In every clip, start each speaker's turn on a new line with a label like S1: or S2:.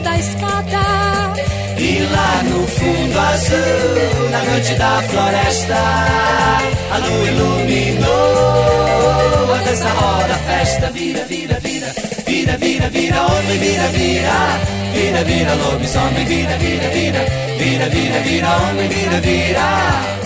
S1: da escada.
S2: E lá no fundo azul, na noite da floresta, a lua iluminou. A dança roda, a festa vira, vira, vira, vira, vira, vira, homem, vira, vira. Vira, vira, lobisomem, vira, vira, vira, vira, vira, vira, homem, vira, vira.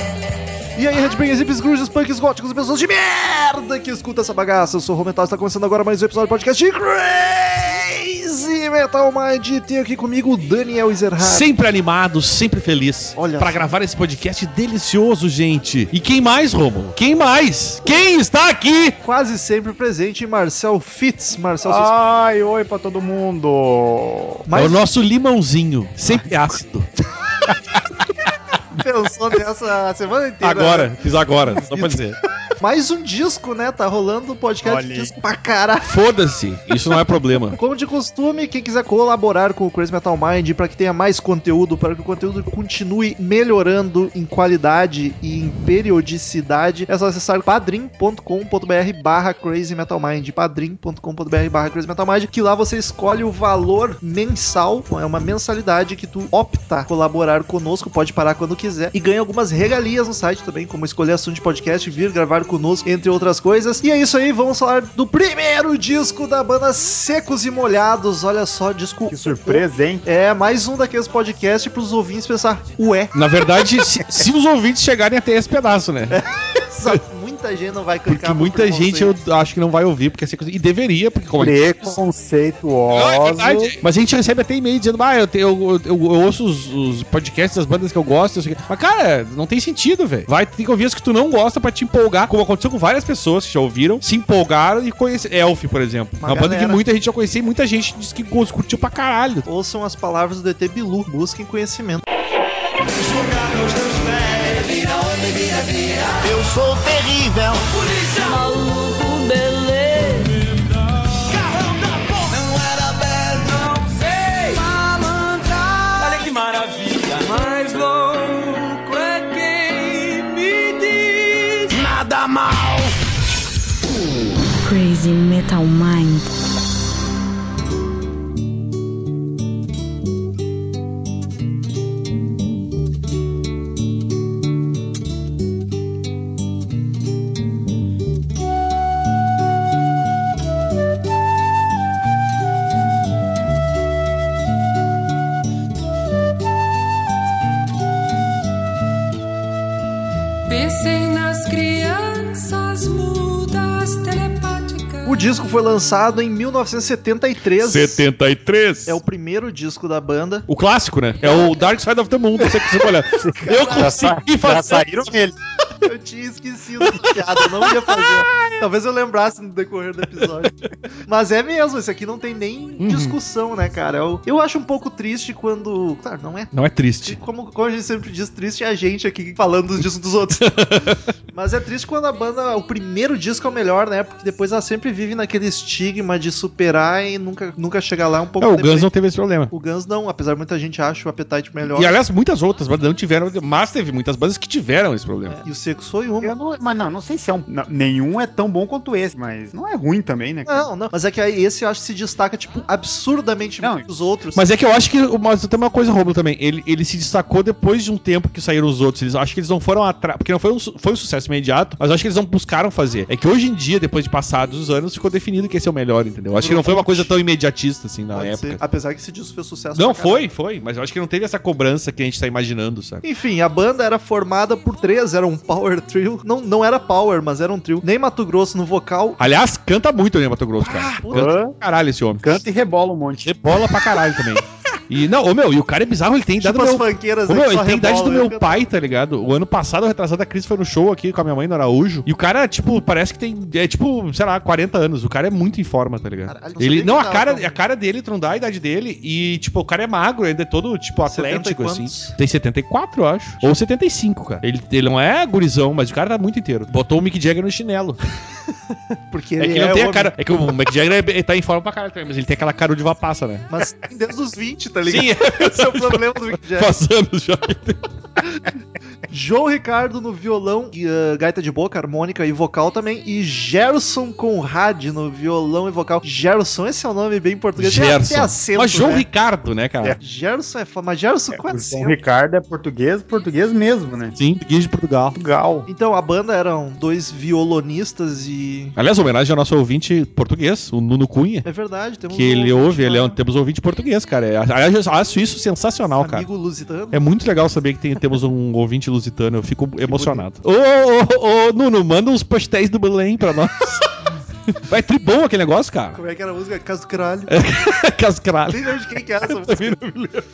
S3: E aí, Redbangers, Hips, Grunges, Punks, Góticos e pessoas de merda que escuta essa bagaça. Eu sou o Romental, está começando agora mais um episódio do podcast de Crazy Metal Mind. Tem aqui comigo o Daniel Ezerhard.
S4: Sempre animado, sempre feliz.
S3: Olha
S4: Pra
S3: só.
S4: gravar esse podcast delicioso, gente. E quem mais, Romulo? Quem mais? Quem está aqui?
S3: Quase sempre presente, Marcel Fitz. Marcel, seus-
S5: Ai, oi pra todo mundo!
S4: É o
S3: mas
S4: nosso limãozinho, sempre ácido.
S3: um pensou nessa a semana inteira. né?
S4: Agora, fiz agora, só pra dizer.
S3: Mais um disco, né? Tá rolando um podcast de
S5: Olha aí.
S3: disco pra caralho.
S4: Foda-se, isso não é problema.
S3: Como de costume, quem quiser colaborar com o Crazy Metal Mind para que tenha mais conteúdo, para que o conteúdo continue melhorando em qualidade e em periodicidade, é só acessar padrim.com.br barra Crazy Metal Mind, padrim.com.br barra Crazy Metal Mind, que lá você escolhe o valor mensal, é uma mensalidade que tu opta colaborar conosco, pode parar quando quiser, e ganha algumas regalias no site também, como escolher assunto de podcast, vir gravar conosco, entre outras coisas. E é isso aí, vamos falar do primeiro disco da banda Secos e Molhados, olha só, disco...
S5: Que surpresa, hein?
S3: É, mais um daqueles podcasts pros ouvintes pensar, ué,
S4: Na verdade, se, se os ouvintes chegarem até esse pedaço, né?
S3: É, sabe, muita gente não vai
S4: Porque
S3: clicar por
S4: muita gente é eu
S3: preconceito.
S4: acho que não vai ouvir, porque é coisa... E deveria, porque como Não, é
S5: Preconceituoso.
S4: verdade. Mas a gente recebe até e-mail dizendo, ah, eu, te- eu, eu, eu ouço os, os podcasts das bandas que eu gosto. não sei o quê." Mas, cara, não tem sentido, velho. Vai, tem que ouvir as que tu não gosta pra te empolgar, como aconteceu com várias pessoas que já ouviram, se empolgaram e conheceram. Elf, por exemplo.
S3: Uma
S4: Uma, banda que
S3: galera.
S4: muita gente já conhecia e muita gente disse que gos- curtiu pra caralho.
S3: Ouçam as palavras do ET Bilu, busquem conhecimento.
S6: Eu sou terrível.
S1: Maluco, beleza.
S6: Não era belo. Não sei. Malandrar. Olha que maravilha.
S1: Mais louco é quem me diz.
S6: Nada mal.
S7: Crazy Metal Mind.
S1: Pensem nas crianças mudas telepáticas.
S3: O disco foi lançado em 1973.
S4: 73.
S3: É o primeiro disco da banda.
S4: O clássico, né? É o Dark Side of the Moon, você que você olhar. Eu
S5: Já, sa
S4: consegui
S5: já
S4: fazer.
S5: saíram eles.
S3: Eu tinha esquecido essa piada, eu não ia fazer. Talvez eu lembrasse no decorrer do episódio. Mas é mesmo, isso aqui não tem nem
S4: Uhum.
S3: discussão, né, cara? Eu, eu acho um pouco triste quando. Claro, não é.
S4: Não é triste.
S3: Como, como a gente sempre diz, triste é a gente aqui falando dos discos dos outros. Mas é triste quando a banda, o primeiro disco é o melhor, né? Porque depois ela sempre vive naquele estigma de superar e nunca, nunca chegar lá é um pouco
S4: É, o
S3: deprê-
S4: Guns não teve esse problema.
S3: O Guns não, apesar de muita gente acha o Appetite melhor.
S4: E aliás, muitas outras bandas não tiveram, mas teve muitas bandas que tiveram esse problema.
S3: E o Secos foi uma.
S5: Eu não- mas não, não sei se é um. não, nenhum é tão bom quanto esse, mas não é ruim também, né? cara?
S3: Não, não. Mas é que aí esse eu acho que se destaca, tipo, absurdamente
S5: Não.
S3: muito dos outros.
S4: Mas é que eu acho que. Mas tem uma coisa, Romulo, também. Ele, ele se destacou depois de um tempo que saíram os outros. Eles, acho que eles não foram atrás. Porque não foi um, su- foi um sucesso imediato, mas eu acho que eles não buscaram fazer. É que hoje em dia, depois de passados os anos, ficou definido que esse é o melhor, entendeu? Acho que não foi uma coisa tão imediatista assim na
S3: Pode
S4: época.
S3: ser. tá Apesar que esse disco fez sucesso.
S4: Não,
S3: pra caralho.
S4: foi, foi. Mas eu acho que não teve essa cobrança que a gente tá imaginando, sabe?
S3: Enfim, a banda era formada por três, era um power trio. Não, não era power, mas era um trio. Nem Mato Grosso no vocal. Ah,
S4: Aliás, canta muito, né, Mato Grosso, cara?
S3: puta.
S4: Canta pra caralho esse homem.
S5: Canta e rebola um monte.
S4: De bola pra caralho também. E, não, ô meu, e o cara é bizarro, ele tem idade
S3: Tipo
S4: do
S3: as
S4: meu
S3: fanqueiras né,
S4: Ô, meu,
S3: que só
S4: ele tem a idade do
S3: rebolam,
S4: meu
S3: né?
S4: pai, tá ligado? O ano passado, o retrasado, a Cris foi no show aqui com a minha mãe no Araújo. E o cara, tipo, parece que tem. É tipo, sei lá, 40 anos. O cara é muito em forma, tá ligado?
S3: Caralho, não sabia
S4: ele,
S3: que
S4: não, a
S3: tava
S4: cara,
S3: tão-
S4: a cara dele, tu não dá a idade dele. E, tipo, o cara é magro, ainda é todo,
S3: 70
S4: tipo,
S3: e
S4: atlético, assim.
S3: quantos?
S4: Tem 74, eu acho. Ou 75, cara. Ele, ele não é gurizão, mas o cara tá muito inteiro. Botou o Mick Jagger no chinelo.
S3: Porque
S4: É
S3: ele
S4: que ele não tem a
S3: homem,
S4: cara. É que o Mick Jagger é, ele tá em forma pra caralho também, mas ele tem aquela cara de vapaça, né?
S3: Mas tem desde os 20, tá ligado?
S4: Sim, é.
S3: Esse é o problema do Mick Jagger.
S4: faz anos já.
S3: João Ricardo no violão, e, ah, gaita de boca, harmônica e vocal também. E Gerson Conrad no violão e vocal. Gerson, esse é o nome bem português. Tem
S4: Gerson.
S3: até acento,
S4: Mas João
S3: né?
S4: Ricardo, né, cara?
S3: Gerson é foda, mas Gerson com
S5: O João
S3: acento.
S5: Ricardo é português, português mesmo, né?
S4: Sim, português de Portugal.
S5: Portugal.
S3: Então, a banda eram dois violonistas e...
S4: Aliás, homenagem ao nosso ouvinte português, o Nuno Cunha.
S3: É verdade, temos
S4: Que
S3: ouvinte
S4: ele ouve,
S3: lá,
S4: ele é um, temos um ouvinte português, cara. É, Aliás, eu acho isso sensacional, cara.
S3: Amigo lusitano.
S4: É muito legal saber que tem- temos um ouvinte lusitano, eu fico emocionado. Ô, ô, ô, ô, Nuno, manda uns pastéis do Belém pra nós. Vai tribom aquele negócio, cara.
S3: Como é que era a música? Casa do Caralho.
S4: Cascrado.
S3: Nem lembro de quem que é essa música.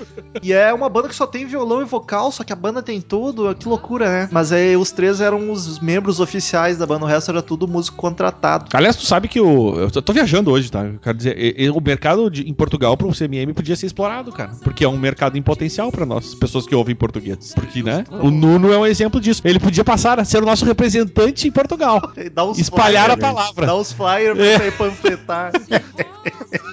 S3: E é uma banda que só tem violão e vocal, só que a banda tem tudo, que loucura, né? Mas aí os três eram os membros oficiais da banda, o resto era tudo músico contratado.
S4: Aliás, tu sabe que o. Eu tô- tô viajando hoje, tá? Eu quero dizer, e- e o mercado de- em Portugal pro CMM podia ser explorado, cara. Porque é um mercado em potencial pra nós, pessoas que ouvem português. Porque, né? O Nuno é um exemplo disso. Ele podia passar a ser o nosso representante em Portugal.
S3: Dá uns
S4: Espalhar a
S3: flyers, né?
S4: palavra. É.
S3: Dá os flyers pra sair panfletar.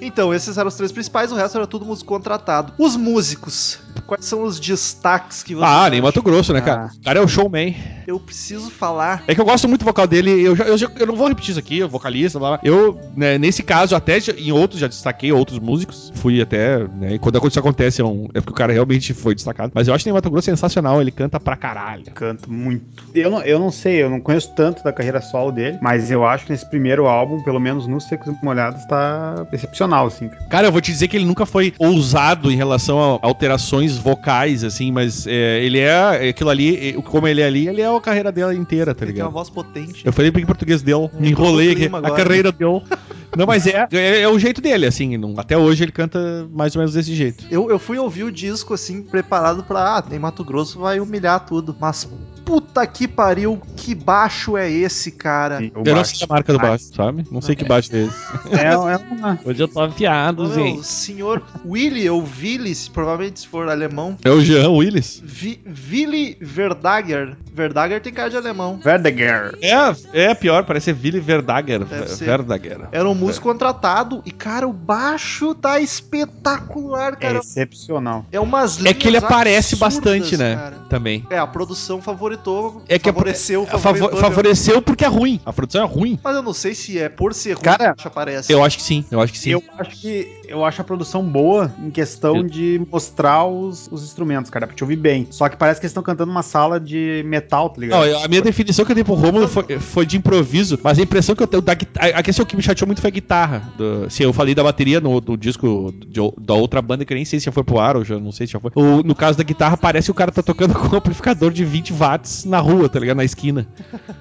S3: então, esses eram os três principais, o resto era tudo músico contratado. Os músicos, quais são os destaques que
S4: Ah, nem Mato Grosso, né, cara? O cara é o showman.
S3: Eu preciso falar.
S4: É que eu gosto muito do vocal dele, eu, já, eu, já- eu não vou repetir isso aqui, o vocalista, blá, blá. Eu, né, nesse caso, até já- em outros já destaquei outros músicos. Fui até, né, e quando isso acontece é, um- é porque o cara realmente foi destacado. Mas eu acho que o Mato Grosso é sensacional, ele canta pra caralho.
S5: Canto muito. Eu não, eu não sei, eu não conheço tanto da carreira solo dele, mas eu acho que nesse primeiro álbum, pelo menos nos Secos e Molhados, tá excepcional, assim. cara.
S4: Cara, eu vou te dizer que ele nunca foi ousado em relação a alterações vocais, assim, mas é, ele é, é aquilo ali, é, como ele é ali, ele é a carreira dela inteira, tá
S3: ele tem uma
S4: ligado?
S3: voz potente.
S4: Eu falei bem em português deu, me
S3: Entrou no
S4: enrolei aqui,
S3: clima
S4: a
S3: agora.
S4: carreira deu. Não, mas é, é, é o jeito dele, assim, não- até hoje ele canta mais ou menos desse jeito.
S3: Eu, eu fui ouvir o disco assim, preparado pra. Ah, nem Mato Grosso vai humilhar tudo. Mas puta que pariu, que baixo é esse, cara?
S5: Sim, o
S4: Eu não
S5: baixo.
S4: sei a marca do baixo, sabe? Não sei que baixo desse.
S5: É, é uma...
S4: Hoje eu tô afiado,
S3: Meu, senhor Willy ou Willy, se provavelmente se for alemão.
S4: É o Jean Willis?
S3: Vi, Willy Verdager. Verdager tem cara de alemão.
S5: Verdaguer.
S4: É, é pior, parece ser Willy Verdaguer.
S3: Deve ser.
S4: Verdaguer.
S3: Era um músico
S4: É.
S3: contratado e, cara, o baixo tá espetacular,
S5: É
S3: cara.
S5: excepcional.
S3: É, umas
S4: É que ele
S3: linhas
S4: aparece
S3: absurdas,
S4: bastante, né?
S3: cara.
S4: Também.
S3: É, a produção favoritou.
S4: É que a pro-
S3: favoreceu,
S4: Favo-
S3: favoritou, né?
S4: favoreceu porque é ruim. A produção é ruim.
S3: Mas eu não sei se é por ser ruim
S5: Cara,
S3: que aparece.
S4: Eu acho que sim, eu acho que sim.
S5: Eu acho que eu acho a produção boa em questão de mostrar os, os instrumentos, cara, pra te ouvir bem. Só que parece que eles estão cantando uma sala de metal, tá ligado?
S4: Não, é eu- a minha definição que eu dei pro Romulo foi, foi de improviso, mas a impressão que eu tenho da guitarra. A questão que me chateou muito foi a guitarra. do- se eu falei da bateria no, do disco de ou- da outra banda, que eu nem sei se já foi pro ar ou já não sei se já foi. Ou, no caso da guitarra, parece que o cara tá tocando com um amplificador de 20 watts na rua, tá ligado? Na esquina.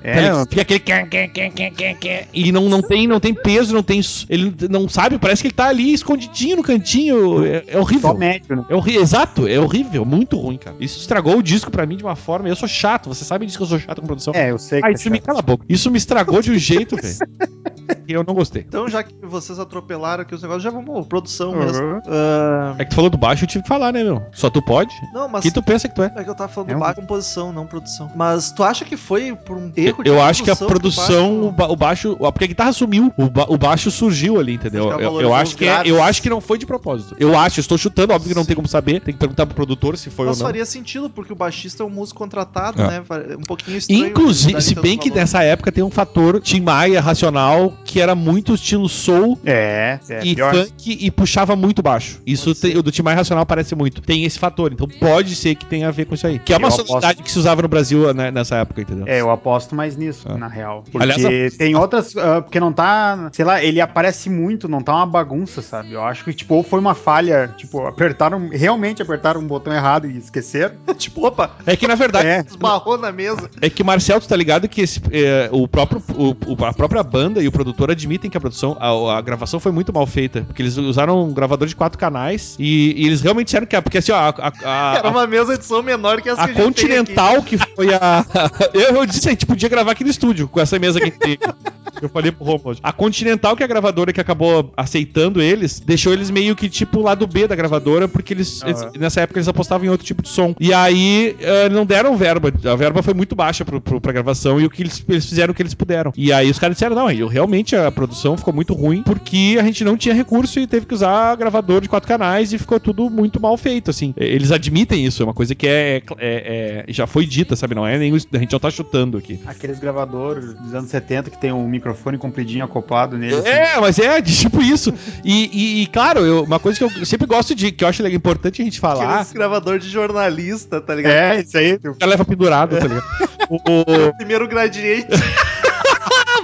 S5: é,
S4: Tá ligado? fica aquele. quê, quê, quê, quê, quê, quê. E não, não, tem, não tem peso, não tem. su- Ele não sabe, parece que ele tá ali escondidinho no cantinho. É, é
S5: só
S4: horrível.
S5: médio, né?
S4: É horri- Exato, é horrível, muito ruim, cara. Isso estragou o disco pra mim de uma forma. Eu sou chato, você sabe disso que eu sou chato com produção.
S5: É, eu sei que
S4: Ah,
S5: tá
S4: isso me
S5: chato.
S4: cala a boca. Isso me estragou de um jeito, velho. que eu não gostei.
S3: Então, já que vocês atropelaram aqui os negócios, já vamos produção mesmo.
S5: Uhum.
S3: Ah,
S4: É que tu falou do baixo, eu tive que falar, né, meu? Só tu pode?
S3: não, mas
S4: Que tu pensa que tu é?
S3: é que eu tava falando
S5: É
S3: é
S5: um-
S3: composição, não produção. Mas tu acha que foi por um erro de
S4: Eu acho que a produção, o
S3: baixo?
S4: ba- o baixo, ó, porque a guitarra sumiu, o, ba- o baixo surgiu ali, entendeu?
S3: Acho que ela
S4: Eu, eu
S3: valorizou
S4: acho
S3: os
S4: que é-
S3: graves.
S4: eu acho que não foi de propósito. Eu acho, eu estou chutando, óbvio que não tem como saber, tem que perguntar pro produtor se foi
S3: Mas
S4: ou não.
S3: faria sentido, porque o baixista é um músico contratado,
S4: É.
S3: né? Fa- Um pouquinho estranho. então
S4: Inclusive,
S3: darem
S4: se
S3: tanto
S4: bem que
S3: valor.
S4: nessa época tem um fator Tim Maia racional que era muito estilo soul
S5: É, é
S4: e
S5: pior.
S4: funk e puxava muito baixo. Isso
S3: Pode ser.
S4: tem- o do Tim Maia racional aparece muito. Tem esse fator, então pode ser que tenha a ver com isso aí. Que é uma
S5: Eu
S4: sonoridade
S5: aposto.
S4: que se usava no Brasil né, nessa época, entendeu?
S5: É, eu aposto mais nisso,
S4: Ah.
S5: na real. Porque
S4: Aliás,
S5: tem outras. ah, porque não tá. Sei lá, ele aparece muito, não tá uma bagunça, sabe? Eu acho que, tipo, ou foi uma falha. Tipo, apertaram. Realmente apertaram um botão errado e esqueceram.
S3: tipo, opa,
S4: É que na verdade
S5: É.
S3: esbarrou na mesa.
S4: É que, Marcel, tu tá ligado que esse, é, o próprio, o- o- a própria banda e o produtor admitem que a produção, a, a gravação foi muito mal feita. Porque eles usaram um gravador de quatro canais e, e eles realmente disseram que. a- Porque assim, ó, a, a- a-
S5: um
S3: Era uma mesa de som menor que essa
S4: a
S3: que a gente tem aqui.
S4: Continental, que foi a. Eu, eu disse, a gente podia gravar aqui no estúdio com essa mesa que a gente tem. Eu falei pro Romulo. hoje. A Continental, que é a gravadora que acabou aceitando eles, deixou eles meio que tipo lado B da gravadora, porque eles, eles- nessa época eles apostavam em outro tipo de som. E aí eh, não deram verba. A verba foi muito baixa pro, pro, pra gravação e o que eles, eles fizeram o que eles puderam. E aí os caras disseram: não, eu, realmente a produção ficou muito ruim porque a gente não tinha recurso e teve que usar gravador de quatro canais e ficou tudo muito mal feito, assim. Eh, Eles admitem isso, é uma coisa que é, é- é- já foi dita, sabe? Não é nem. A gente não tá chutando aqui.
S5: Aqueles gravadores dos anos 70 que tem um microfone compridinho acoplado nele. assim.
S4: É, mas é de tipo isso. E, e- e, claro, eu- uma coisa que eu sempre gosto de, que eu acho importante a gente falar.
S3: Aqueles gravador um de jornalista, tá ligado?
S5: É, isso aí.
S4: O cara leva pendurado, tá ligado? O, o-
S3: Primeiro gradiente.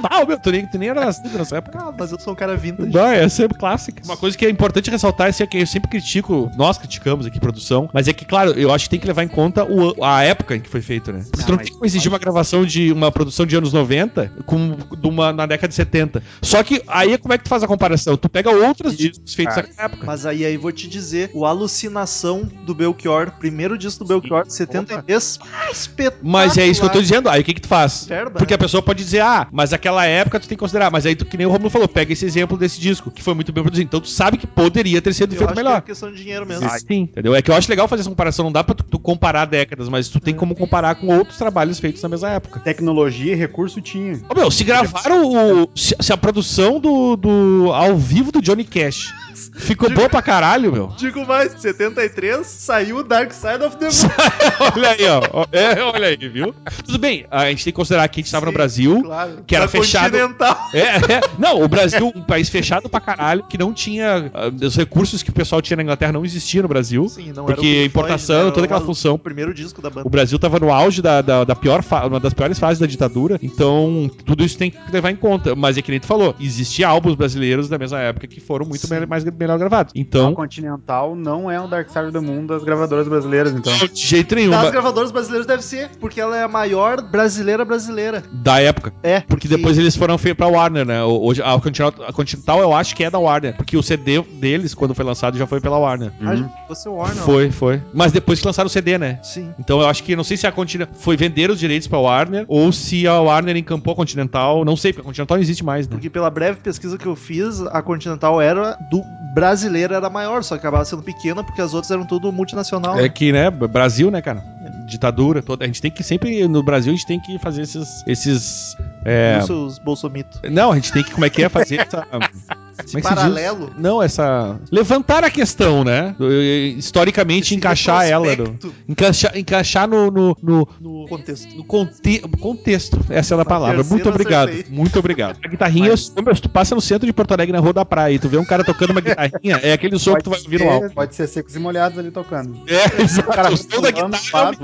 S4: Ah, meu, tu nem, tu nem era nascido nessa época.
S3: Ah, mas eu sou um cara vintage.
S4: Não, é sempre clássico. Uma coisa que é importante ressaltar é que eu sempre critico, nós criticamos aqui produção, mas é que, claro, eu acho que tem que levar em conta o- a época em que foi feito, né? Você
S5: Ah,
S4: não
S5: mas
S4: tem como exigir uma gravação de uma produção de anos 90 com de uma na década de 70. Só que aí como é que tu faz a comparação? Tu pega outros discos feitos
S5: cara.
S4: naquela época.
S3: Mas aí, aí vou te dizer, o Alucinação do Belchior, primeiro disco do Belchior, 73, ah, espetáculo.
S4: Mas é isso que eu tô dizendo. Aí o que que tu faz?
S3: Verba,
S4: Porque
S3: né?
S4: a pessoa pode dizer, ah, mas aquela época tu tem que considerar. Mas aí, tu, que nem o Romulo falou, pega esse exemplo desse disco, que foi muito bem produzido. Então tu sabe que poderia ter sido
S3: Eu
S4: feito
S3: acho
S4: melhor.
S3: Que é questão de dinheiro mesmo.
S4: Ah, Sim, entendeu? É que eu acho legal fazer essa comparação. Não dá pra tu, tu comparar décadas, mas tu tem como comparar com outros trabalhos feitos na mesma época.
S5: Tecnologia e recurso tinha.
S4: Ô, meu, se gravaram o. Se, se a produção do, do. ao vivo do Johnny Cash ficou boa pra caralho, meu.
S3: Digo mais, 73 saiu o Dark Side of the Moon.
S4: olha aí, ó. É, olha aí, viu? Tudo bem, a gente tem que considerar que a gente tava no
S3: Sim,
S4: Brasil.
S3: Claro.
S4: Que era
S3: Da
S4: fechado.
S3: Continental.
S4: É, é. Não, o Brasil, um país fechado pra caralho, que não tinha. ah, os recursos que o pessoal tinha na Inglaterra não existia no Brasil.
S3: Sim, não era o
S4: porque
S3: Pink
S4: importação,
S3: Floyd, né? Era
S4: toda aquela
S3: uma-
S4: função.
S3: O primeiro disco da banda.
S4: O Brasil tava no auge da, da, da pior fa- uma das piores fases da ditadura, então tudo isso tem que levar em conta. Mas é que nem tu falou, existia álbuns brasileiros da mesma época que foram muito me- mais, melhor gravados.
S5: O
S4: Então,
S5: Continental não é um Dark Side of the Moon das gravadoras brasileiras, então.
S4: de jeito nenhum,
S3: Das
S4: mas-
S3: gravadoras brasileiras deve ser, porque ela é a maior brasileira brasileira.
S4: da época.
S3: É,
S4: Porque depois eles foram feitos pra Warner, né? O- Hoje, a Continental, a Continental eu acho que é da Warner, porque o CD deles, quando foi lançado, já foi pela Warner.
S5: Uhum.
S3: Ah, gente, você é o Warner.
S4: Hum. Foi, foi. Mas depois que lançaram o CD, né?
S3: Sim.
S4: Então eu acho que não sei se a Continental foi vender os direitos pra Warner ou se a Warner encampou a Continental, não sei, porque a Continental não existe mais, né?
S3: Porque pela breve pesquisa que eu fiz, a Continental era do brasileira era maior, só que acabava sendo pequena porque as outras eram tudo multinacional.
S4: É
S3: né?
S4: que, né, Brasil, né, cara? Ditadura toda. A gente tem que sempre, no Brasil, a gente tem que fazer esses. esses é,
S3: E os seus bolsomito.
S4: Não, a gente tem que, como é que é, fazer essa. como é que se
S3: Esse
S4: diz?
S3: paralelo.
S4: Não, essa. Levantar a questão, né? Do- Historicamente,
S3: esse
S4: encaixar ela. No,
S3: retrospecto
S4: encaixar encaixar no, no, no,
S3: no contexto.
S4: no conte- contexto. Essa é a palavra.
S3: terceira
S4: Muito obrigado.
S3: acertei.
S4: Muito obrigado. A guitarrinha, ô, meu, se tu passa no centro de Porto Alegre, na Rua da Praia, e tu vê um cara tocando uma guitarrinha, é aquele som que tu vai ouvir no álbum.
S5: ser, pode ser secos e molhados ali tocando.
S4: É, exato.
S5: cara
S4: O som da
S5: pulando,
S4: guitarra.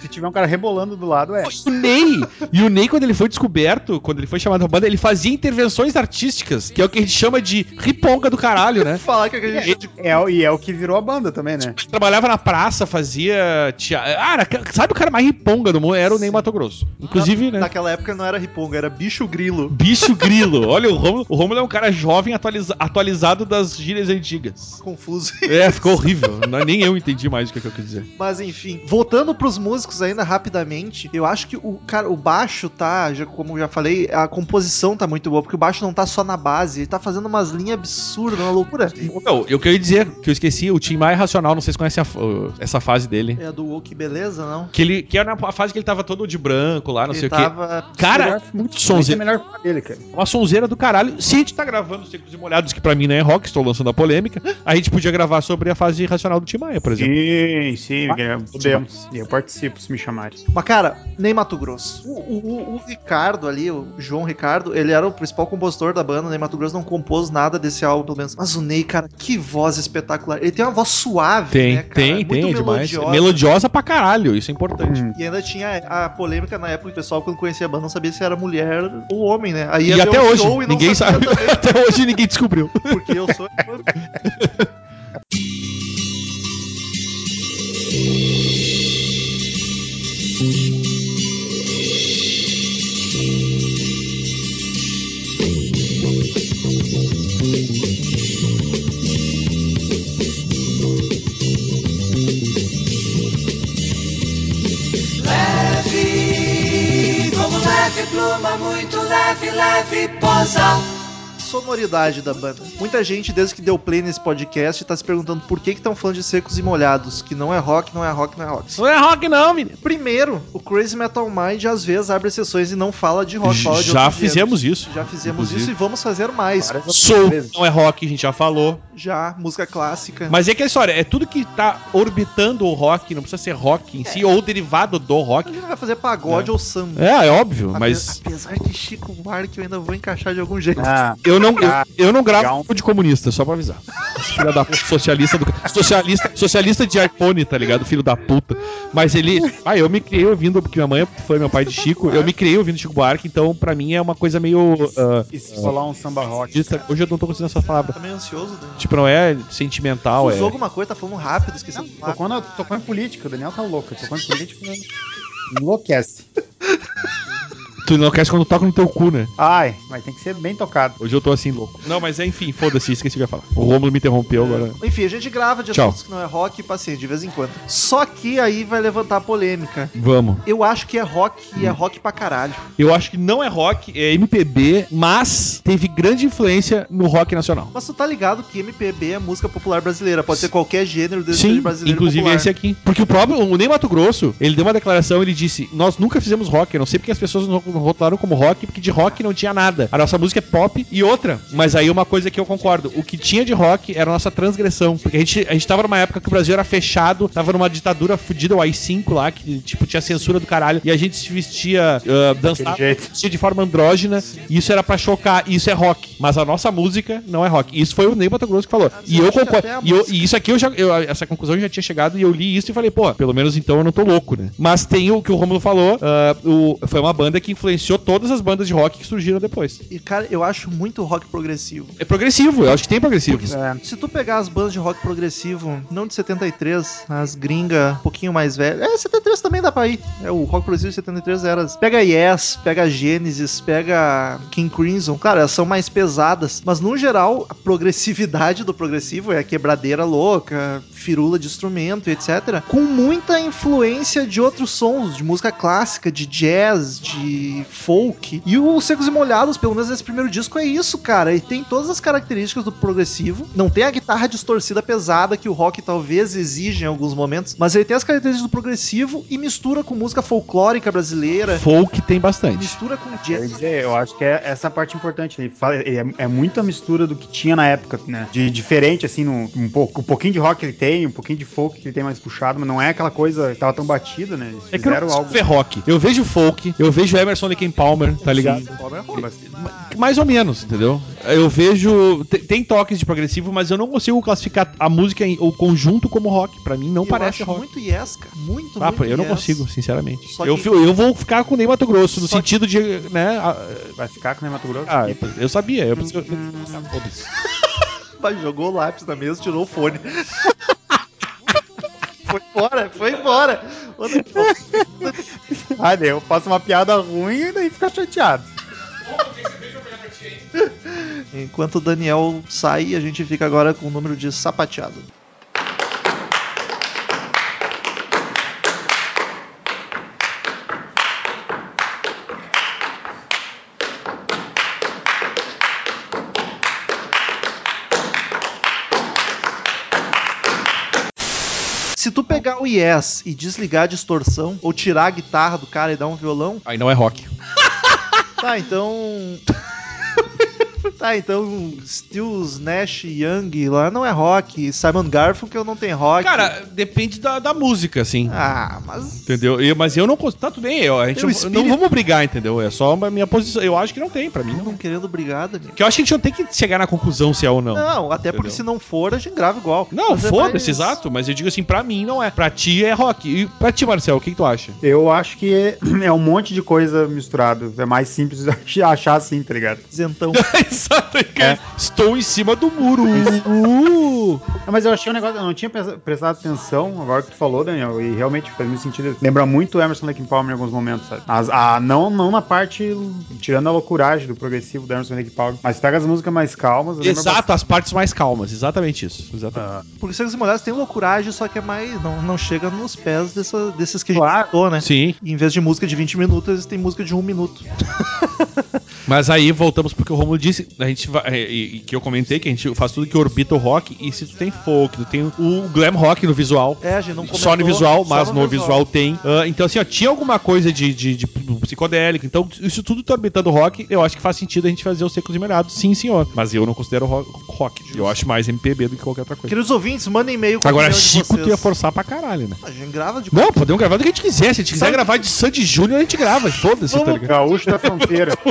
S5: Se tiver um cara rebolando do lado, é.
S4: E o Ney, e o Ney, quando ele foi descoberto, quando ele foi chamado pra banda, ele fazia intervenções artísticas, que é o que a gente chama de riponga do caralho, né?
S3: Falar que aquele
S4: Ele-
S3: gente tipo,
S5: É, o- e é o que virou a banda também, né?
S4: Ele trabalhava na praça, fazia. Tia... Ah, era ca- sabe o cara mais riponga do mundo? Era o Ney Mato Grosso. Inclusive, né?
S3: naquela época não era riponga, era bicho grilo.
S4: Bicho grilo. Olha, o Romulo, o Romulo é um cara jovem atualiza- atualizado das gírias antigas.
S3: Confuso.
S4: É, ficou horrível. Não- Nem eu entendi mais o que, que eu quis dizer.
S3: Mas enfim, voltando pros músicos ainda rapidamente, eu acho que o cara, o baixo tá, já, como eu já falei, a composição tá muito boa, porque o baixo não tá só na base, ele tá fazendo umas linhas absurdas, uma loucura.
S4: Ô, Meu, eu queria dizer que eu esqueci, o Tim Maia é Racional, não sei se conhecem a f- essa fase dele.
S3: É a do Oh, que beleza, não?
S4: Que, ele, que era na fase que ele tava todo de branco lá, não
S3: ele
S4: sei o quê.
S3: tava
S4: Cara,
S5: Melhor-
S4: muito
S5: Esse é
S4: sonzeira.
S5: melhor pra ele, cara.
S4: Uma sonzeira do caralho. Se a gente tá gravando Secos e Molhados, que pra mim não é rock, estou lançando a polêmica, a gente podia gravar sobre a fase irracional do Tim Maia, por exemplo.
S5: Sim, Ah, sim, podemos. E eu participo se me chamarem.
S3: Mas, cara, nem Mato Grosso. O, o- o- o Ricardo ali, o João Ricardo, ele era o principal compositor da banda, Ney Mato Grosso não compôs nada desse álbum, pelo menos. Mas o Ney, cara, que voz espetacular. Ele tem uma voz suave,
S4: Tem,
S3: né, cara?
S4: tem,
S3: Muito
S4: tem, é demais.
S3: melodiosa.
S4: Melodiosa pra caralho, isso é importante.
S5: Hum.
S3: E ainda tinha a polêmica na época, o pessoal quando conhecia a banda não sabia se era mulher ou homem, né? Aí
S4: E,
S3: ia ver
S4: até
S3: um
S4: hoje,
S3: show e não
S4: ninguém
S3: sabia
S4: sabe.
S3: também,
S4: até hoje ninguém descobriu.
S3: porque eu sou...
S6: Leve como um leve pluma muito leve, leve posa.
S3: Sonoridade da banda. Muita gente, desde que deu play nesse podcast, tá se perguntando por que estão falando de secos e molhados, que não é rock, não é rock, não é rock.
S4: Não é rock, não, menino.
S3: Primeiro, o Crazy Metal Mind às vezes abre sessões e não fala de rock, fala de
S4: Já
S3: outros
S4: fizemos isso.
S3: gêneros. Já fizemos
S4: inclusive.
S3: isso e vamos fazer mais.
S5: Várias outras
S4: Soul
S5: vezes.
S4: não é rock, a gente já falou.
S3: Já, música clássica.
S4: Mas é que a história, é tudo que tá orbitando o rock, não precisa ser rock em si, ou derivado do
S3: A
S4: rock.
S3: gente não vai fazer pagode ou samba.
S4: É, é óbvio,
S3: Ape-
S4: mas
S3: Apesar de Chico Buarque, eu ainda vou encaixar de algum jeito.
S5: Ah,
S4: eu não,
S5: Ah,
S4: eu, eu não gravo
S5: legal.
S3: um
S4: de comunista, só pra avisar. Filha da puta, socialista do ca- socialista, socialista de iPhone, tá ligado? Filho da puta. Mas ele, ah, eu me criei ouvindo porque minha mãe foi meu pai de Chico, eu me criei ouvindo Chico Buarque, então pra mim é uma coisa meio ah,
S5: e se rolar um samba rock?
S4: dista- hoje eu não tô conseguindo essa palavra.
S3: Tá meio ansioso, Daniel.
S4: Tipo, não é sentimental, é.
S3: Usou alguma coisa, tá falando rápido, esqueceu
S5: Não,
S3: de falar.
S5: tocou, na, tocou em política, o Daniel tá louco. Tocou em política, né? enlouquece.
S4: Tu enlouquece quando toca no teu cu, né?
S5: Ai, mas tem que ser bem tocado.
S4: Hoje eu tô assim louco. Não, mas é, enfim, foda-se, esqueci o que eu ia falar. O Romulo me interrompeu agora.
S3: Enfim, a gente grava de
S4: Tchau.
S3: assuntos que não é rock e paciente de vez em quando. Só que aí vai levantar polêmica.
S4: Vamos.
S3: Eu acho que é rock
S4: Hum.
S3: e é rock pra caralho.
S4: Eu acho que não é rock, é MPB, mas teve grande influência no rock nacional.
S3: Mas tu tá ligado que MPB é música popular brasileira. Pode ser qualquer gênero desde que
S4: Sim,
S3: seja brasileiro
S4: inclusive
S3: popular.
S4: esse é- aqui. Porque o próprio, o Ney Mato Grosso, ele deu uma declaração, ele disse, nós nunca fizemos rock, eu não sei porque as pessoas não rotularam como rock, porque de rock não tinha nada. A nossa música é pop e outra, mas aí uma coisa que eu concordo, o que tinha de rock era a nossa transgressão, porque a gente, a gente tava numa época que o Brasil era fechado, tava numa ditadura fudida, o AI-5 lá, que tipo, tinha censura do caralho, e a gente se vestia, ah, dançava,
S5: jeito.
S4: vestia de forma andrógina, e isso era pra chocar, e isso é rock, mas a nossa música não é rock. Isso foi o Ney Mato Grosso que falou.
S3: Mas
S4: E
S3: eu
S4: eu
S3: acho que
S4: concordo.
S3: até a
S4: E, eu-
S3: música-
S4: e isso aqui eu já. eu- essa conclusão eu já tinha chegado e eu li isso e falei, pô, pelo menos então eu não tô louco, né? Mas tem o que o Romulo falou: ah, o- foi uma banda que influenciou todas as bandas de rock que surgiram depois.
S3: E cara, eu acho muito rock progressivo.
S4: É progressivo, eu acho que tem progressivo.
S5: É,
S3: Se tu pegar as bandas de rock progressivo, não de 73, as gringas um pouquinho mais velhas. É, 73 também dá pra ir. É, o rock progressivo de 73 era. as- Pega Yes, pega Genesis, pega King Crimson. Claro, elas são mais pesadas. Mas no geral, a progressividade do progressivo é a quebradeira louca, firula de instrumento, etc. Com muita influência de outros sons, de música clássica, de jazz, de folk. E o Secos e Molhados, pelo menos nesse primeiro disco, é isso, cara. Ele tem todas as características do progressivo. Não tem a guitarra distorcida pesada que o rock talvez exija em alguns momentos, mas ele tem as características do progressivo e mistura com música folclórica brasileira,
S4: Folk tem bastante.
S3: mistura com
S5: quer
S3: jazz.
S5: dizer, eu acho que é essa parte importante. Ele fala- ele é, é muita mistura do que tinha na época, né? De diferente, assim, no, um pouco, um pouquinho de rock que ele tem, um pouquinho de folk que ele tem mais puxado, mas não é aquela coisa que tava tão batida, né? Eles
S4: É que eu
S5: fizeram
S4: não
S5: algo.
S4: algo... rock. Eu vejo folk, eu vejo Emerson Lake Palmer, tá ligado?
S5: é
S4: Mais ou menos, entendeu? Eu vejo. te- Tem toques de progressivo, mas eu não consigo classificar a música, em- o conjunto, como rock. Pra mim, não
S3: eu
S4: parece
S3: acho
S4: rock.
S3: muito yes, cara. Muito,
S4: Ah,
S3: muito
S4: eu não
S3: yes.
S4: consigo, sinceramente.
S3: Só
S4: Eu,
S3: que-
S4: fi- eu vou ficar com o Ney Mato Grosso, no
S3: Só
S4: sentido de, né... a-
S5: Vai ficar com o Ney Mato Grosso?
S4: Ah, eu- eu sabia, eu preciso... Ah, foda-se.
S3: Mas jogou o lápis na mesa, tirou o fone. foi embora, foi embora. Ô, Daniel,
S5: Ah, daí eu faço uma piada ruim e daí fica chateado.
S3: Enquanto o Daniel sai, a gente fica agora com o número de sapateado. Se tu pegar o Yes e desligar a distorção, ou tirar a guitarra do cara e dar um violão,
S4: Aí não é rock.
S3: Tá, então. tá, então. Stills, Nash, Young lá não é rock. Simon Garfunkel não tem rock.
S4: Cara, depende da, da música, assim.
S3: Ah, mas.
S4: Entendeu? Eu- mas eu não consigo. Tá tudo bem, eu- a gente
S3: Tem um
S4: não-
S3: espírito.
S4: não vamos brigar, entendeu? É só uma minha posição. Eu acho que não tem, pra mim.
S3: Não
S4: Não.
S3: querendo brigar, Daniel.
S4: Que eu acho que a gente não tem que chegar na conclusão se é ou não.
S3: Não, até porque
S4: entendeu?
S3: se não for, a gente grava igual.
S4: Não,
S3: Mas é
S4: foda-se,
S3: mais-
S4: exato. Mas eu digo assim, pra mim não é. Pra ti é rock. E pra ti, Marcel, o que, que tu acha?
S5: Eu acho que é, é um monte de coisa misturado. É mais simples de achar assim, tá ligado?
S3: Isentão.
S5: É.
S4: Estou em cima do muro. Uh.
S5: Ah, Mas eu achei um negócio, eu não tinha pres- prestado atenção agora que tu falou, Daniel, e realmente faz muito sentido. Lembra muito o Emerson Lake and Palmer em alguns momentos, sabe? As- a, não, não na parte, tirando a loucuragem do progressivo do Emerson Lake and Palmer, mas pega as músicas mais calmas. lembra
S4: Exato, as partes mais calmas. Exatamente isso. Exatamente.
S3: Porque Secos e Molhados tem loucuragem, só que é mais. Não, não chega nos pés dessa- desses que a gente
S5: Claro.
S3: citou, né?
S4: Sim.
S3: Em vez de música de 20 minutos, eles têm música de 1 minuto.
S4: Mas aí voltamos porque o Romulo disse, a gente vai, é, e, e que eu comentei que a gente faz tudo que orbita o rock e se tu tem folk, tu tem o glam rock no visual.
S3: É, a gente não
S4: só no
S3: comentou,
S4: visual,
S3: só
S4: mas no, visual, tem. Ah, então, assim, ó, tinha alguma coisa de, de- de psicodélico. Então, isso tudo tá habitando o rock. Eu acho que faz sentido a gente fazer o Secos e Molhados. Sim, senhor. Mas eu não considero ro- rock. Eu acho mais MPB do que qualquer outra coisa.
S3: Queridos ouvintes, mandem e-mail com a
S4: Agora,
S3: opinião de
S4: Chico,
S3: vocês.
S4: tu ia forçar pra caralho, né?
S3: A gente grava de
S4: Não, podemos gravar do que a gente quiser. Se a gente quiser
S3: Sabe-
S4: gravar de Sandy Júnior, a gente grava. Foda-se, tá
S5: Vamos-
S4: ligado?
S5: Gaúcho da Fronteira.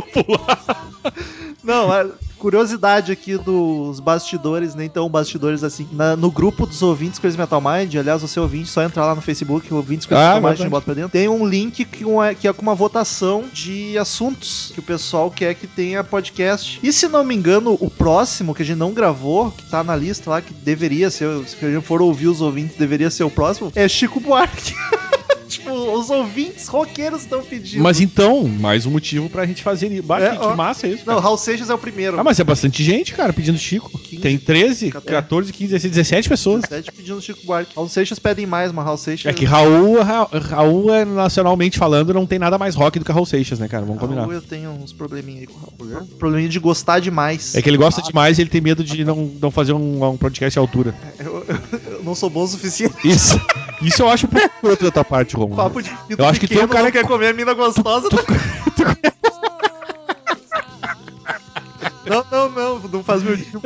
S3: Não, a curiosidade aqui dos bastidores, nem tão bastidores assim. Na- no grupo dos ouvintes Crazy Metal Mind, aliás, você ouvinte, só entrar lá no Facebook, ouvintes Crazy
S4: Ah,
S3: Metal Mind,
S4: verdade.
S3: a gente bota pra dentro. Tem um link que, um é- que é com uma votação de assuntos que o pessoal quer que tenha podcast. E se não me engano, o próximo que a gente não gravou, que tá na lista lá, que deveria ser, se a gente for ouvir os ouvintes, deveria ser o próximo, é Chico Buarque. tipo, os ouvintes roqueiros estão pedindo.
S4: Mas então, mais um motivo pra gente fazer isso. Bah,
S3: É,
S4: que, que
S3: ó.
S4: massa isso.
S3: Não,
S4: cara.
S3: Raul Seixas é o primeiro.
S4: Ah, mas é bastante gente, cara, pedindo Chico.
S3: 15,
S4: Tem 13,
S3: 14,
S4: 14, 15, 16, 17 pessoas.
S3: 17 pedindo Chico Buarque. Raul Seixas pedem mais, mas Raul Seixas.
S4: É que Raul, Ra- Raul, é, nacionalmente falando, não tem nada mais rock do que Raul Seixas, né, cara? Vamos combinar.
S3: Raul, eu tenho uns probleminha aí com o Raul. um Probleminha de gostar demais.
S4: É que ele gosta demais e ele tem medo de não, não fazer um, um podcast à altura.
S3: eu, eu não sou bom o suficiente.
S4: Isso, isso eu acho um pouco escroto da tua parte, Romulo.
S3: Papo de pito
S4: Eu acho que tem um
S3: pequeno,
S4: cara
S3: não
S4: que-
S3: quer comer a mina gostosa. tá Não, não, não, não faz meu tipo.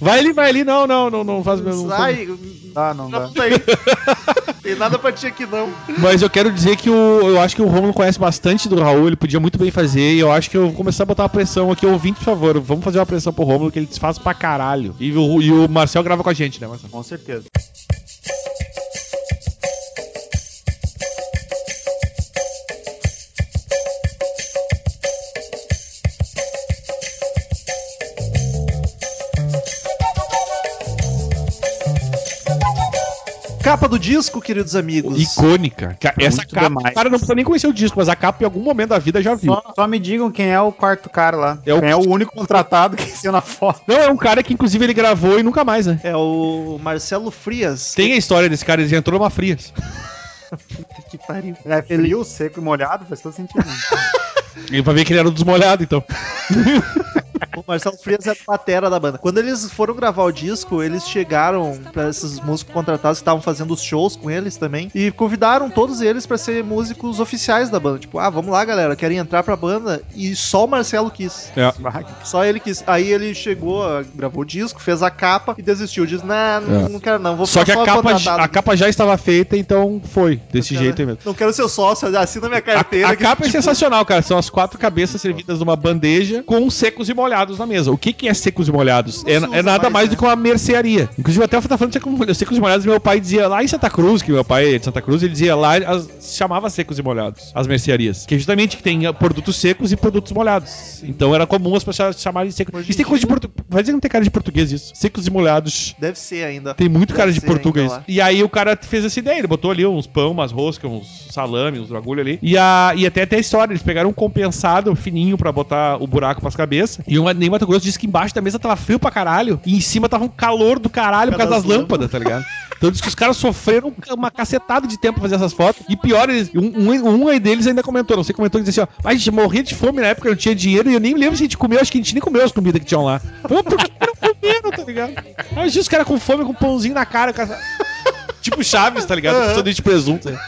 S4: Vai ali, vai ali. Não, não, não, não faz meu... não-
S3: Sai,
S5: Ah, não dá.
S3: não sai. Tem nada pra ti aqui não.
S4: Mas eu quero dizer que o, eu acho que o Romulo conhece bastante do Raul, ele podia muito bem fazer, e eu acho que eu vou começar a botar uma pressão aqui, ouvinte, por favor, vamos fazer uma pressão pro Romulo, que ele desfaz pra caralho. E o, e o Marcel grava com a gente, né, Marcel?
S5: Com certeza.
S3: Capa do disco, queridos amigos.
S4: Icônica. Ca- Essa
S5: Tá Muito
S4: capa,
S5: demais.
S4: o cara não precisa nem conhecer o disco, mas a capa em algum momento da vida já viu.
S5: Só, só me digam quem é o quarto cara lá.
S4: É o-
S5: Quem é o único contratado que saiu na foto.
S4: Não, é um cara que inclusive ele gravou e nunca mais, né?
S3: É o Marcelo Frias.
S4: Tem a história desse cara, ele já entrou numa frias.
S3: que pariu.
S5: É frio, seco e molhado, faz todo sentido.
S4: Ele vai ver que ele era um dos molhados, então.
S3: O Marcelo Frias é a batera da banda. Quando eles foram gravar o disco, eles chegaram pra esses músicos contratados que estavam fazendo os shows com eles também e convidaram todos eles pra ser músicos oficiais da banda. Tipo, ah, vamos lá, galera, querem entrar pra banda e só o Marcelo quis.
S4: É.
S5: Bah, que
S3: Só ele quis. Aí ele chegou, ah, gravou o disco, fez a capa e desistiu. Diz, nah, não,
S4: É.
S3: não quero não, vou
S4: Só que a capa, j-
S3: contratado.
S4: a capa já estava feita, então foi, desse
S3: Cara,
S4: jeito aí mesmo.
S3: Não quero ser sócio, assina minha
S4: A,
S3: carteira.
S4: a
S3: que-
S4: capa é sensacional, cara. São as quatro cabeças servidas numa bandeja com secos e molhados na mesa. O que, que é secos e molhados?
S3: Não
S4: É,
S3: se usa
S4: é nada
S3: mais,
S4: mais
S3: né?
S4: do que uma mercearia. Inclusive, até eu tava falando de secos- secos e molhados. Meu pai dizia lá em Santa Cruz, que meu pai é de Santa Cruz, ele dizia lá, as- chamava secos e molhados, as mercearias. Que é justamente que tem eh, produtos secos e produtos molhados. Então era comum as pessoas chamarem de secos.
S3: Hoje
S4: Isso tem
S3: em
S4: coisa de português. Vai dizer que não tem cara de português isso. Secos e molhados.
S3: Deve ser ainda.
S4: Tem muito
S3: Deve
S4: cara de
S3: ser ainda
S4: português.
S3: lá.
S4: E aí o cara fez essa ideia, ele botou ali uns pão, umas roscas, uns salame, uns bagulho ali. E, a, e até até a história, eles pegaram um compensado fininho pra botar o buraco pras cabeças. E o Ney Mato Grosso disse que embaixo da mesa tava frio pra caralho e em cima tava um calor do caralho por causa das lâmpadas, tá ligado? Então diz que os caras sofreram uma cacetada de tempo pra fazer essas fotos. E pior, eles, um, um, um aí deles ainda comentou, não sei, comentou que disse assim, ó, "Ai, a gente morria de fome na época, não tinha dinheiro e eu nem lembro se a gente comeu, acho que a gente nem comeu as comidas que tinham lá. Pô, por que não comeram, tá ligado? Aí os caras com fome, com um pãozinho na cara, o cara... Tipo Chaves, tá ligado?
S3: Aham.
S4: Sanduíche de presunto. né?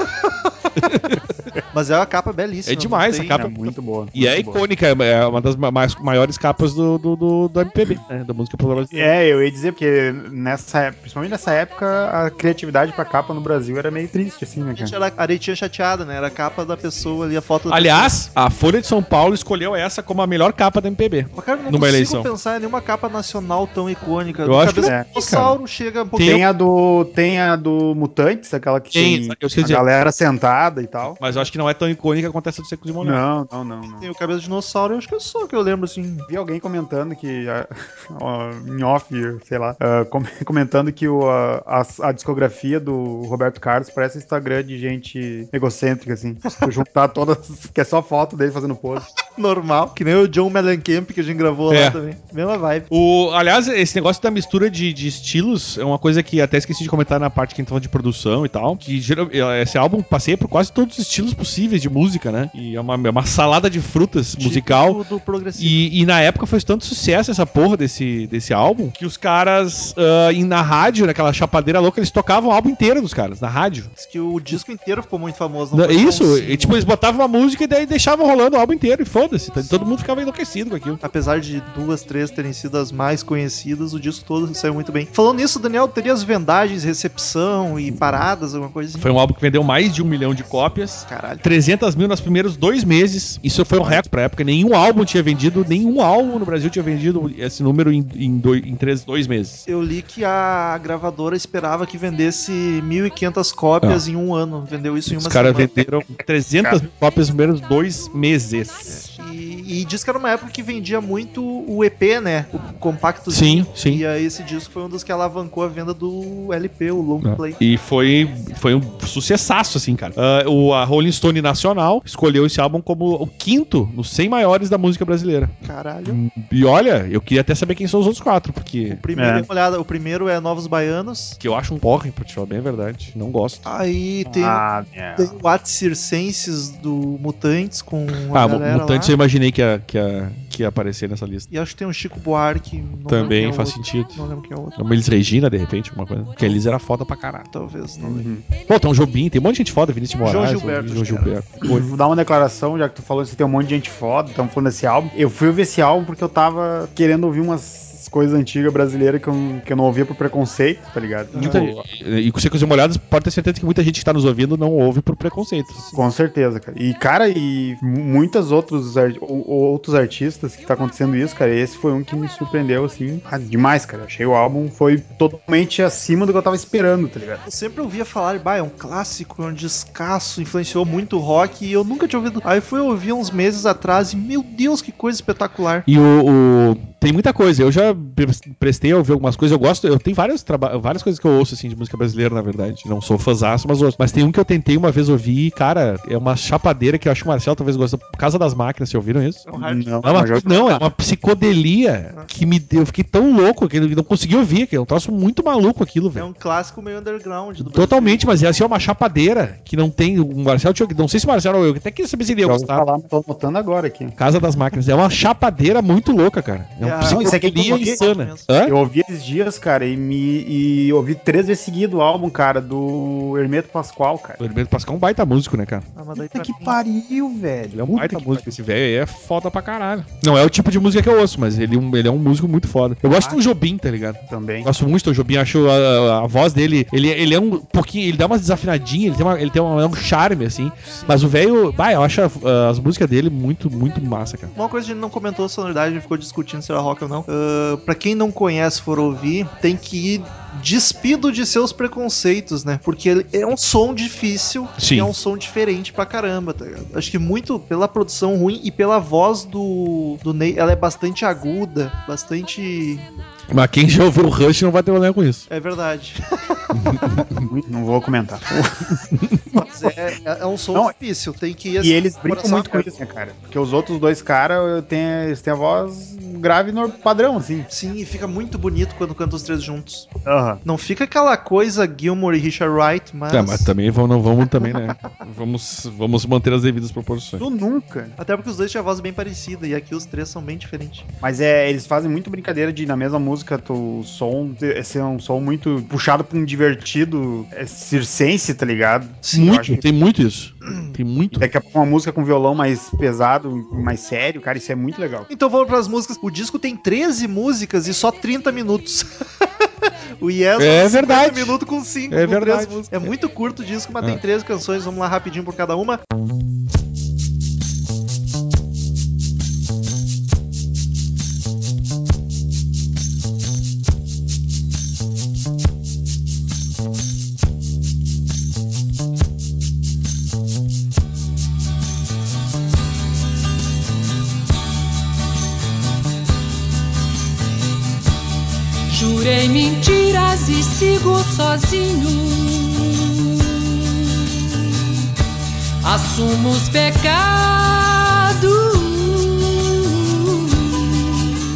S3: Mas é uma capa belíssima.
S4: É demais
S3: não tem-
S4: a capa.
S5: é muito boa.
S4: E é
S5: muito boa.
S4: icônica, é uma das ma- mais, maiores capas do, do, do, do MPB, né? Da música popular brasileira.
S5: É, eu ia dizer, porque nessa, época- principalmente nessa época, a criatividade pra capa no Brasil era meio triste, assim, né,
S3: Gente,
S5: cara?
S3: era a aretinha chateada, né? Era a capa da pessoa ali, a foto da
S4: Aliás, a Folha de São Paulo escolheu essa como a melhor capa da MPB.
S3: pessoa. Mas, cara, eu não
S4: numa
S3: consigo
S4: eleição.
S3: pensar em nenhuma capa nacional tão icônica.
S4: Eu
S3: Do
S4: acho que é,
S3: cabeça
S5: não,
S3: do dinossauro chega um pouquinho.
S5: Tem a do, tem a do Mutantes, aquela que
S4: Tem,
S5: tem,
S4: eu sei
S5: a
S4: dizer.
S5: galera sentada e tal.
S4: Mas mas eu acho que não é tão icônica quanto essa do Seco de Monar.
S5: Não, não, não, não.
S3: Tem o cabelo de dinossauro, eu acho que é só que eu lembro, assim.
S5: Vi alguém comentando que, ah, ó, em off, sei lá, ah, com- comentando que o, ah, a, a discografia do Roberto Carlos parece Instagram de gente egocêntrica, assim. Se tu juntar todas, que é só foto dele fazendo pose.
S3: Normal, que nem o John Mellencamp que a gente gravou
S4: É.
S3: lá também. Mesma vibe.
S4: O, aliás, esse negócio da mistura de, de estilos é uma coisa que até esqueci de comentar na parte que a gente falou de produção e tal. Que geral- esse álbum passeia por quase todos os estilos possíveis de música, né? E é uma, é uma salada de frutas musical.
S3: Típico do progressivo.
S4: E, e na época fez tanto sucesso essa porra desse, desse álbum que os caras, ah, e na rádio, naquela chapadeira louca, eles tocavam o álbum inteiro dos caras, na rádio.
S3: Diz que o disco inteiro ficou muito famoso.
S4: Não,
S3: foi só um
S4: isso, e,
S3: single.
S4: tipo, eles botavam uma música e daí deixavam rolando o álbum inteiro e foda-se. T- Todo mundo ficava enlouquecido com aquilo.
S3: Apesar de duas, três terem sido as mais conhecidas, o disco todo saiu muito bem. Falando nisso, Daniel, teria as vendagens, recepção e paradas, alguma coisa assim?
S4: Foi um álbum que vendeu mais de um milhão de cópias.
S3: Caralho.
S4: 300 mil nos primeiros dois meses. Isso foi um recorde pra época. Nenhum álbum tinha vendido, nenhum álbum no Brasil tinha vendido esse número em, em, dois, em três, dois meses.
S3: Eu li que a gravadora esperava que vendesse 1.500 cópias em um ano. Vendeu isso em
S4: Ah. Os
S3: uma
S4: caras
S3: semana.
S4: venderam 300 mil cópias nos primeiros dois meses.
S3: E, e diz que era uma época que vendia muito o EP, né? O compacto.
S4: Sim, sim.
S3: E aí esse disco foi um dos que alavancou a venda do LP, o long
S4: Não.
S3: play.
S4: E foi, foi um sucessaço, assim, cara. Ah, o, a Rolling Stone Nacional escolheu esse álbum como o quinto nos 100 maiores da música brasileira.
S3: Caralho.
S4: E olha, eu queria até saber quem são os outros quatro, porque
S3: O primeiro,
S5: É.
S3: dê uma olhada, o primeiro é Novos Baianos.
S4: que eu acho um porra, pra te falar bem a verdade. Não gosto.
S3: Aí tem, um
S5: Ah, minha.
S3: tem o At Circenses do Mutantes com a
S4: Ah, mu-
S3: galera
S4: Mutantes
S3: lá.
S4: eu imaginei que ia, que, ia, que ia aparecer nessa lista.
S3: E acho que tem o Chico Buarque. não
S4: Também
S3: lembro quem é o
S4: faz
S3: outro.
S4: sentido.
S3: Não lembro quem é o outro.
S4: Uma Elis Regina, de repente, alguma coisa. Porque a Elis era foda pra caralho.
S3: Talvez, não lembro.
S4: Pô, tem um Jobim, tem um monte de gente foda, Vinícius de
S3: João
S4: Moraes.
S3: Gilberto,
S4: João
S3: acho que
S4: Gilberto.
S5: Vou dar uma declaração, já que tu falou que tem um monte de gente foda, estamos falando desse álbum. Eu fui ouvir esse álbum porque eu tava querendo ouvir umas coisas antigas brasileiras que eu, que eu não ouvia por preconceito, tá ligado?
S4: Muita-
S5: Tipo,
S4: e com secos e molhados, pode ter certeza que muita gente que tá nos ouvindo não ouve por preconceito.
S5: Com certeza, cara. E, cara, e mu- muitos outros, ar- ou- outros artistas que tá acontecendo isso, cara. Esse foi um que me surpreendeu, assim, ah, demais, cara. Achei o álbum, foi totalmente acima do que eu tava esperando, tá ligado?
S3: Eu sempre ouvia falar, bah, é um clássico, é um descasso, influenciou muito o rock e eu nunca tinha ouvido. Aí fui ouvir uns meses atrás e, meu Deus, que coisa espetacular.
S4: E o, o- Tem muita coisa. Eu já pre- prestei a ouvir algumas coisas. Eu gosto. Eu tenho vários traba- várias coisas que eu ouço, assim, de música brasileira, na verdade. Não sou fãzaço, mas ouço. Mas tem um que eu tentei uma vez ouvir, e, cara, é uma chapadeira que eu acho que o Marcelo talvez gosta. Casa das Máquinas, vocês ouviram isso?
S3: É um hard
S4: Não, é uma-
S5: mas já-
S4: não, é uma psicodelia que me deu. Eu fiquei tão louco que eu não consegui ouvir. Que é um troço muito maluco aquilo,
S3: É
S4: velho.
S3: um clássico meio underground do Brasil.
S4: Totalmente, mas é assim, é uma chapadeira que não tem. O Marcelo tinha. Não sei se o Marcelo ou eu, até queria saber se ele ia
S5: Já ouvi
S4: gostar.
S5: falar, mas tô notando agora aqui.
S4: Casa das Máquinas. É uma chapadeira muito louca, cara. É
S3: É a-
S4: uma
S5: Isso aqui é
S4: psicodelia
S5: como-
S4: insana. Hã?
S5: Eu ouvi esses dias, cara, e me e ouvi três vezes seguido o álbum, cara, do Hermeto Pascoal, cara.
S4: O Hermeto Pascal é um baita músico, né, cara?
S3: Ah, mas daí
S5: Puta
S3: pra
S5: que
S3: mim-
S5: pariu, velho.
S4: Ele é um
S5: Puta
S4: baita
S5: que
S4: músico. Esse velho aí é foda pra caralho. Não é o tipo de música que eu ouço, mas ele, ele é um músico muito foda. Eu gosto do Jobim, tá ligado?
S5: pariu Também.
S4: Gosto muito do Jobim, acho a, a- a voz dele. Ele, ele é um pouquinho. Ele dá umas desafinadinhas, ele tem, uma- ele tem uma- um charme, assim. Mas o velho. Bah, eu acho ah, as músicas dele muito, muito massa, cara.
S3: Uma coisa que a gente não comentou a sonoridade, a gente ficou discutindo se era rock ou não. Ah, pra quem não conhece, for ouvir, tem que ir despido de seus preconceitos, né? Porque ele é um som difícil
S4: Sim.
S3: e é um som diferente pra caramba, tá ligado? Acho que muito pela produção ruim e pela voz do, do Ney, ela é bastante aguda, bastante.
S4: Mas quem já ouviu o Rush não vai ter problema com isso.
S3: É verdade.
S5: muito, Não vou comentar.
S3: Mas é, é- é um som
S5: Não,
S3: difícil, tem que ir assim,
S5: E eles
S3: com o
S5: brincam
S3: coração
S5: muito com
S3: aberto.
S5: isso, né, cara? Porque os outros dois caras têm eles têm a voz grave no padrão,
S4: é-
S5: assim.
S3: Sim, e fica muito bonito quando cantam os três juntos.
S5: Aham.
S3: Não fica aquela coisa Gilmore e Richard Wright, mas.
S4: Tá, mas também vamos, não vamos também, né? Vamos, vamos manter as devidas proporções.
S5: Tu nunca.
S3: Até porque os dois tinham a voz bem parecida e aqui os três são bem diferentes.
S5: Mas é, eles fazem muito brincadeira de na mesma música tu- o som ter- ser um som muito puxado pra um divertido é, circense, tá ligado? Eu acho
S4: muito,
S5: que-
S4: tem muito isso. Tem muito.
S5: Daqui a pouco uma música com violão mais pesado, mais sério, cara, isso é muito legal.
S3: Então vamos para as músicas. O disco tem 13 músicas e só 30 minutos. o Yes
S4: É verdade.
S3: minuto com 5.
S4: É verdade.
S3: músicas. É muito curto o disco, mas
S4: É.
S3: tem 13 canções. Vamos lá rapidinho por cada uma.
S1: e sigo sozinho. Assumo os pecados.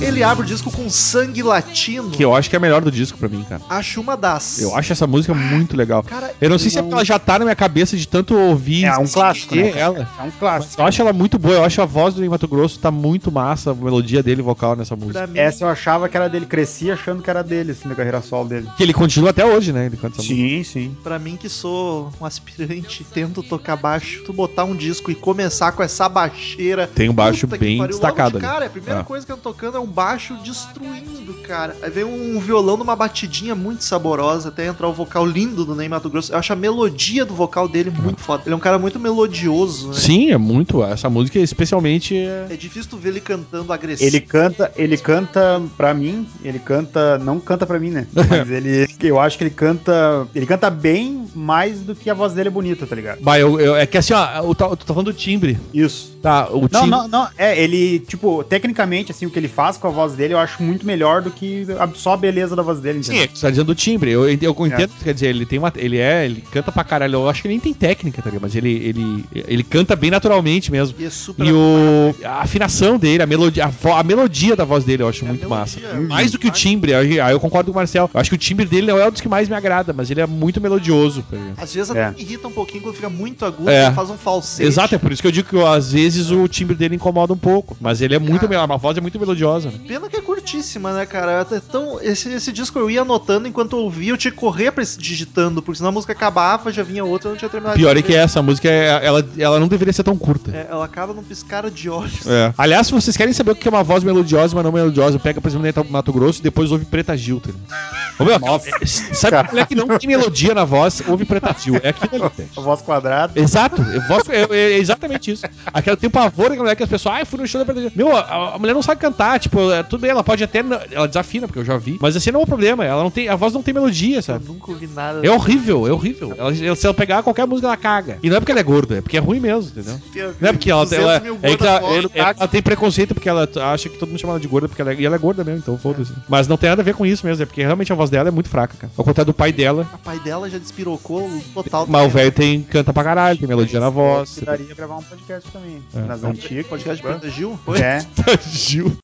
S3: Ele abre o disco com sangue latino.
S4: Que eu acho que é a melhor do disco pra mim, cara.
S3: Acho uma das.
S4: Eu acho essa música muito legal.
S3: Cara,
S4: Eu não sei se é porque ela já tá na minha cabeça de tanto ouvir.
S5: É um
S4: e
S5: clássico,
S4: ter
S5: né, cara?
S4: Ela.
S5: É um
S4: Mas
S5: clássico.
S4: Eu acho ela muito boa, eu acho a voz do Ney Mato Grosso tá muito massa, a melodia dele vocal nessa música.
S3: pra mim,
S5: Essa eu achava que era dele, cresci achando que era dele, assim, da carreira solo dele. Então,
S4: Que ele continua até hoje, né? Ele canta essa música.
S5: sim.
S3: pra mim que sou um aspirante, tento tocar baixo, tu botar um disco e começar com essa baixeira.
S4: Tem um baixo
S3: Puta que
S4: bem
S3: pariu, logo
S4: destacado
S3: de
S4: ali.
S3: Cara, a primeira
S4: Ah.
S3: coisa que eu tô tocando é um baixo destruindo, cara. Aí vem um violão numa batidinha muito saborosa, até entrar o vocal lindo do Ney Mato Grosso. Eu acho a melodia do vocal dele
S4: Ah.
S3: muito foda. Ele é um cara muito melodioso, né?
S4: Sim, é muito. Essa música, especialmente. é-
S3: É difícil tu ver ele cantando agressivo.
S5: Ele canta, ele canta pra mim, ele canta, não canta pra mim, né? Mas ele, eu acho que ele canta, ele canta bem mais do que a voz dele é bonita, tá ligado?
S4: Bah, eu, eu- é que assim, ó, eu tô, eu tô falando do timbre.
S5: Isso.
S4: Tá, o
S5: Não,
S4: timbre.
S5: não, não. É, ele, tipo, tecnicamente, assim, o que ele faz com a voz dele, eu acho muito melhor do que a- só a beleza da voz dele,
S4: Sim, é que você tá dizendo do timbre. Eu, ent- eu entendo, quer dizer, ele tem uma. Ele é, ele canta pra caralho. Eu acho que ele nem tem técnica, tá ligado? Mas ele, ele, ele canta bem naturalmente mesmo.
S3: E é super
S4: E o, a afinação dele, a melodia, a, vo- a melodia da voz dele eu acho
S3: É a
S4: muito massa.
S3: melodia, é
S4: Mais do que o timbre, aí aí eu concordo com o Marcel. Eu acho que o timbre dele não é o dos que mais me agrada, mas ele é muito melodioso. tá ligado?
S3: Às vezes até
S5: É.
S3: me irrita um pouquinho quando fica muito agudo,
S4: É.
S3: ele faz um falsete.
S4: Exato, é por isso que eu digo que às vezes o timbre dele incomoda um pouco. Mas ele é muito melhor, a voz é muito melodiosa. Né?
S3: Pena que é curtíssima, né, cara? Até tão- esse, esse disco eu ia anotando enquanto eu ouvia, eu tinha que correr pra esse digitando, porque senão a música acabava, já vinha outra, eu não tinha terminado.
S4: Pior
S3: de
S4: é que
S3: ver.
S4: essa música, é- ela, ela não deveria ser tão curta.
S3: É, ela acaba num piscar de olhos.
S4: É. Aliás, se vocês querem saber o que é uma voz melodiosa e uma não melodiosa, pega, por exemplo, Neto Mato Grosso e depois ouve Preta Gil. Tá ligado? Ô, meu, sabe qual é que não tem melodia na voz? Ouve Preta Gil. É aquilo ali.
S5: A voz quadrada.
S4: Exato, eu voto- eu- eu- é exatamente isso. Aquela tem um pavor daquela mulher que as pessoas, ah, eu fui no show da Preta Gil." Meu, a, a mulher não sabe cantar, tipo, é, tudo bem, ela pode até. não- Ela desafina, porque eu já vi. Mas assim não é o problema. Ela não tem. A voz não tem melodia,
S3: Eu
S4: sabe?
S3: nunca ouvi nada.
S4: É horrível, é horrível. Ela- ela- se ela pegar qualquer música, ela caga. E não é porque ela é gorda, é porque é ruim mesmo, entendeu? Não é porque ela,
S3: 200
S4: ela,
S3: mil
S4: é que ela,
S3: gordas
S4: ela-
S3: fora do
S4: ela tem preconceito porque ela t- acha que todo mundo chama ela de gorda porque ela, é- e ela é gorda mesmo, então foda-se. Mas não tem nada a ver com isso mesmo, é porque realmente a voz dela é muito fraca, cara. Ao contrário do pai dela,
S3: O pai dela já despirocou total. né?
S4: mas o velho tem, canta pra caralho, tem melodia na voz.
S5: Que daria pra gravar um podcast também.
S4: É.
S5: Nas antigas.
S3: Podcast de Preta Gil?
S5: É.
S4: Tá, Gil.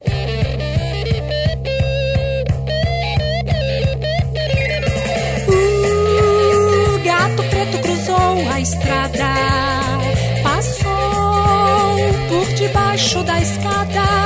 S1: O gato preto cruzou a estrada, passou por debaixo da escada.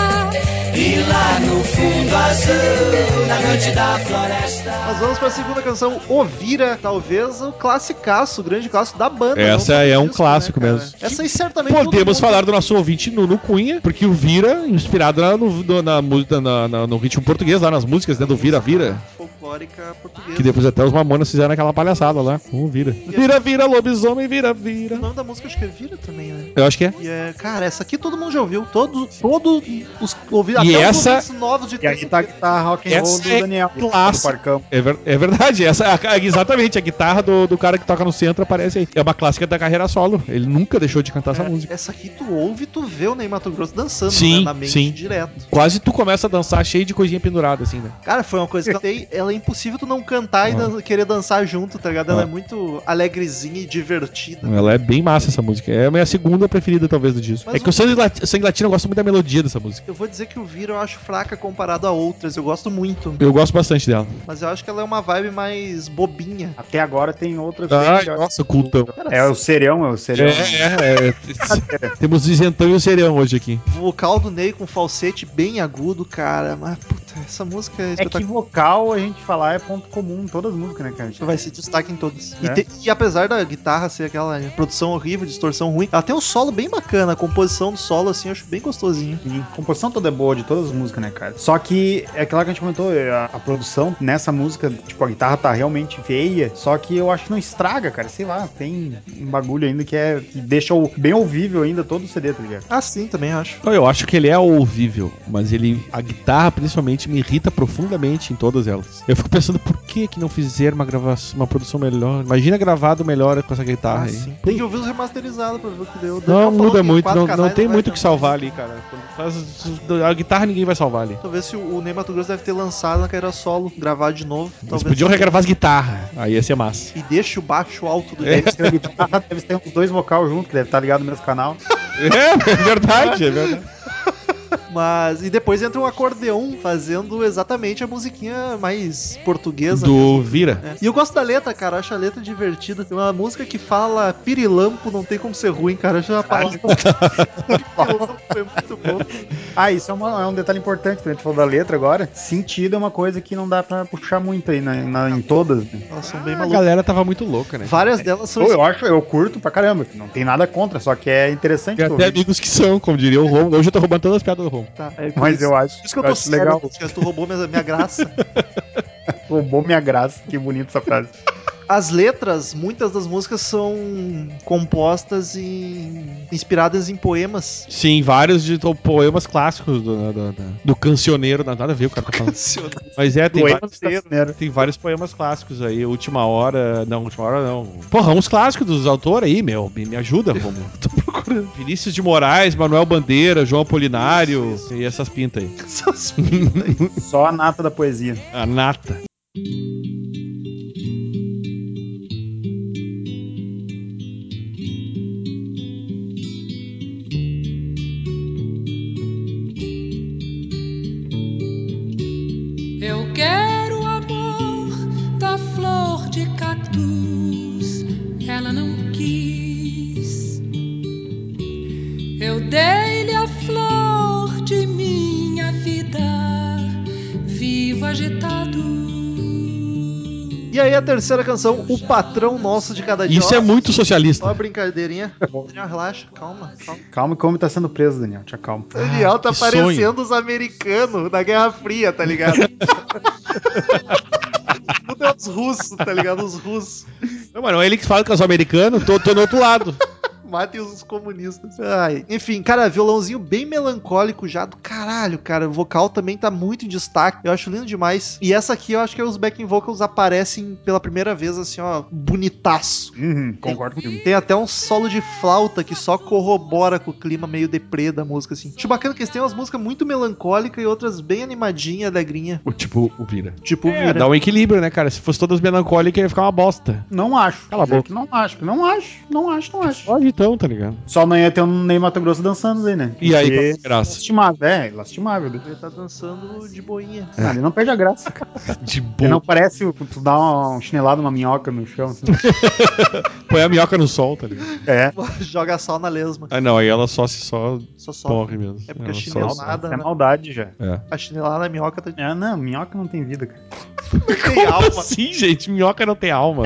S6: E lá no fundo azul, na noite da floresta.
S3: Nós vamos pra segunda canção, Ovira, talvez o classicaço, o grande clássico da banda.
S4: Essa
S3: não do
S4: é um
S3: né,
S4: clássico
S3: cara?
S4: mesmo.
S3: Essa aí certamente. todo mundo-
S4: Podemos falar do nosso ouvinte Nuno Cunha, porque o Vira, inspirado na, no, no- na, música- na- na- no ritmo português, lá nas músicas, né, do Vira Vira,
S3: Folclórica portuguesa.
S4: que depois até os Mamonas fizeram aquela palhaçada lá com o Vira. Vira, vira, lobisomem, vira,
S3: O
S4: vira.
S3: nome da música acho que é Vira também, né?
S4: Eu acho que é.
S3: E é, cara, essa aqui todo mundo já ouviu. Todo, todo os ouvidos,
S4: E
S3: até
S4: essa-
S3: os ouvintes novos de
S5: E aí tá a guitarra rock and roll
S4: Essa
S5: do
S4: é
S5: Daniel.
S4: clássica.
S5: Do Parcão.
S4: É, ver- é verdade, essa, a- a- exatamente, a guitarra do, do cara que toca no centro aparece aí. É uma clássica da carreira solo, ele nunca deixou de cantar essa música.
S3: É, Essa aqui tu ouve, tu vê o Ney Mato Grosso dançando
S4: Sim,
S3: né, na mente
S4: sim.
S3: direto.
S4: Quase tu começa a dançar cheio de coisinha pendurada, assim, né?
S3: Cara, foi uma coisa que eu dei. Ela é impossível tu não cantar e
S4: Ah.
S3: dan- querer dançar junto, tá ligado? Ela
S4: Ah.
S3: é muito alegrezinha e divertida.
S4: Ela é bem massa essa música. É a minha segunda preferida, talvez, do disco.
S3: Mas
S4: é que o Sangue, Lati- Sangue Latino eu gosto muito da melodia dessa música.
S3: Eu vou dizer que o Vira eu acho fraca comparado a outras. Eu gosto muito.
S4: Eu gosto bastante dela.
S3: Mas eu acho que ela é uma vibe mais bobinha.
S5: Até agora tem outras.
S4: Ai,
S5: bem melhores.
S4: nossa, cultão.
S5: É o Serão, é o Serão.
S4: É, é, é. Temos o isentão e o serião hoje aqui.
S3: O vocal do Ney com falsete bem agudo, cara. Mas, puta, essa música é
S5: É que
S3: espetacular.
S5: vocal a gente falar é ponto comum em todas as músicas, né, cara?
S3: Vai ser destaque em todos. E,
S5: É.
S3: te- e apesar da guitarra ser aquela produção horrível, distorção ruim, ela tem um solo bem bacana. A composição do solo, assim, eu acho bem gostosinho.
S5: Sim, a composição toda é boa de todas as músicas, né, cara? Só que é aquela que a gente comentou, é, a, a produção nessa música, tipo, a guitarra tá realmente feia, só que eu acho que não estraga, cara. Sei lá, tem um bagulho ainda que é. que deixa o- bem ouvível ainda todo o CD, tá ligado?
S3: Ah, sim, também acho.
S4: Eu acho que ele é ouvível, mas ele. A guitarra, principalmente, Isso me irrita profundamente em todas elas. Eu fico pensando, por que que não fizeram uma gravação, uma produção melhor? Imagina gravado melhor com essa guitarra
S3: Ah,
S4: aí.
S3: Tem que ouvir os remasterizados pra ver o que deu.
S4: Não
S3: Daniel falou
S4: muda
S3: que
S4: muito,
S3: quatro
S4: não,
S3: canais
S4: não tem
S3: vai
S4: muito o que
S3: adiantar.
S4: salvar ali, cara. Quando faz- a guitarra ninguém vai salvar ali.
S3: Talvez se o o Ney Mato Grosso deve ter lançado na carreira solo, gravar de novo.
S4: Eles
S3: talvez.
S4: podiam regravar as guitarras. Aí ia ser massa.
S3: E deixa o baixo alto do
S5: Deve ser, a guitarra, deve ser os dois vocal junto, que deve estar ligado no mesmo canal.
S4: É, é verdade, é verdade.
S5: É.
S3: Mas. E depois entra um acordeon fazendo exatamente a musiquinha mais portuguesa.
S4: Do Vira.
S3: É. E eu gosto da letra, cara. Acho a letra divertida. Tem uma música que fala pirilampo, não tem como ser ruim, cara. Acho a palavra. pirilampo é muito bom.
S5: Ah, isso é, uma- é um detalhe importante, que a gente falou da letra agora. Sentido é uma coisa que não dá pra puxar muito aí na, na- em todas. né?
S3: Elas são bem
S4: A
S3: malucas.
S4: galera tava muito louca, né?
S3: Várias delas são.
S5: é, Eu, eu acho, eu curto pra caramba. Não tem nada contra, só que é interessante.
S4: Tem
S5: tu
S4: até
S5: ouvir.
S4: amigos que são, como diria o Romulo. Hoje eu tô roubando todas as piadas do Romulo.
S3: Tá, é por
S5: Mas
S3: isso-
S5: eu acho,
S3: Por isso que eu
S5: eu
S3: tô
S5: acho
S3: sério,
S5: legal.
S3: Lucas, tu roubou minha, minha graça.
S5: Roubou minha graça, que bonita essa frase.
S3: As letras, muitas das músicas são compostas em. inspiradas em poemas.
S4: Sim, vários de to- poemas clássicos do, do, do- do cancioneiro. Nada nada a ver o cara tá falando. Mas é, tem,
S5: Poema
S4: vários-
S5: brasileiro.
S4: tem vários poemas clássicos aí. Última hora. Não, última hora não. Porra, uns clássicos dos autores aí, meu. Me, me ajuda, Romulo. Tô procurando. Vinícius de Moraes, Manuel Bandeira, João Apolinário e essas pintas aí.
S3: Essas-
S5: Só a nata da poesia.
S4: A nata.
S1: Eu quero o amor da flor de cactus, ela não quis. Eu dei-lhe a flor de minha vida, vivo agitado.
S3: E aí a terceira canção, O Patrão Nosso de Cada Dia.
S4: Isso é
S3: Ó,
S4: muito É
S3: Só uma
S4: socialista.
S3: brincadeirinha. Já relaxa, calma, calma.
S5: Calma que o homem tá sendo preso, Daniel. Te acalma.
S3: Daniel tá
S4: Ah, que sonho.
S3: parecendo os americanos da Guerra Fria, tá ligado? Tudo é os russos, tá ligado? Os russos.
S4: Não, mano, ele que fala que eu sou americano, tô, tô no outro lado.
S3: Matem os comunistas. Ai. Enfim, cara, violãozinho bem melancólico já do caralho, cara. O vocal também tá muito em destaque. Eu acho lindo demais. E essa aqui eu acho que é os backing vocals aparecem pela primeira vez, assim, ó, bonitaço.
S5: Uhum, concordo comigo.
S3: Tem até um solo de flauta que só corrobora com o clima meio deprê da música, assim. Acho bacana que eles têm umas músicas muito melancólicas e outras bem animadinha, alegrinha.
S4: O tipo, o Vira.
S3: Tipo,
S4: É, dá um equilíbrio, né, cara? Se fosse todas melancólicas, ia ficar uma bosta.
S5: Não acho.
S4: Cala a
S5: Dizer
S4: boca.
S5: que Não acho, não acho, não acho, não acho.
S4: Pode então, tá ligado?
S5: Só não ia ter um Ney Mato Grosso dançando aí, né?
S4: E aí, qual
S5: Porque
S4: é a graça?
S5: Lastimável, é, lastimável. né?
S3: Ele tá dançando de boinha.
S4: É.
S5: Ah, ele não perde a graça. cara.
S4: De
S5: Ele não
S4: boa.
S5: parece o- tu dar um chinelado, uma minhoca no chão. assim.
S4: Põe a minhoca no sol, tá ligado?
S5: É.
S3: Joga sal na lesma.
S4: Ah, não, aí ela só se só
S3: Só só.
S4: morre mesmo.
S3: É porque
S4: Ela
S3: a
S4: só-
S3: chinelada, né?
S5: É maldade já.
S4: É.
S3: A chinelada na minhoca tá
S5: É, não, minhoca não tem vida, cara.
S3: tem alma.
S4: Sim, gente, minhoca não tem alma.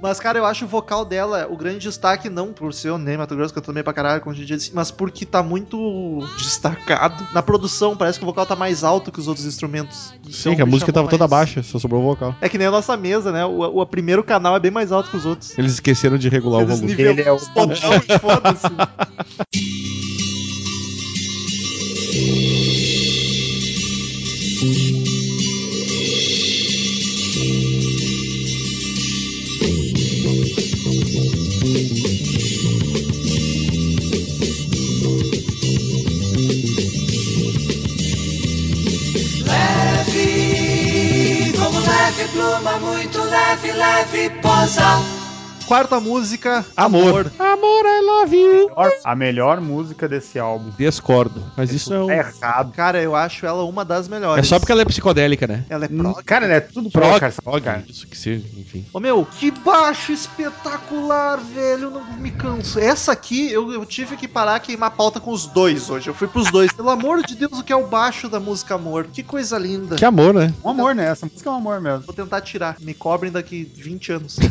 S3: Mas, cara, eu acho o vocal dela o grande destaque, não por ser o Ney Mato Grosso, que eu também pra caralho, como a gente disse, mas porque tá muito destacado. Na produção, parece que o vocal tá mais alto que os outros instrumentos.
S4: Sim, que a música tava toda baixa, só sobrou o vocal.
S3: É que nem a nossa mesa, né? O, o primeiro canal é bem mais alto que os outros.
S4: Eles esqueceram de regular o volume.
S5: Ele é o-
S3: os botão e foda-se.
S6: Leve, como leve pluma, muito leve, leve posa.
S3: Quarta música,
S4: Amor. Amor, I love you.
S5: a melhor música desse álbum.
S4: Discordo. Mas isso é um...
S5: É errado.
S3: Cara, eu acho ela uma das
S4: É
S3: melhores.
S4: só porque ela é psicodélica, né?
S3: ela é prog.
S5: Cara, ele é tudo pro,
S4: Prog,
S5: cara. essa é cara.
S4: Isso que seja, enfim.
S3: Ô meu, que baixo espetacular, velho. Eu não me canso. Essa aqui eu, eu tive que parar queimar pauta com os dois hoje. Eu fui pros dois. Pelo amor de Deus, o que é o baixo da música amor? Que coisa linda.
S4: Que amor, né?
S5: Um amor, né? Essa música é um amor mesmo.
S3: Vou tentar tirar. Me cobrem daqui 20 anos.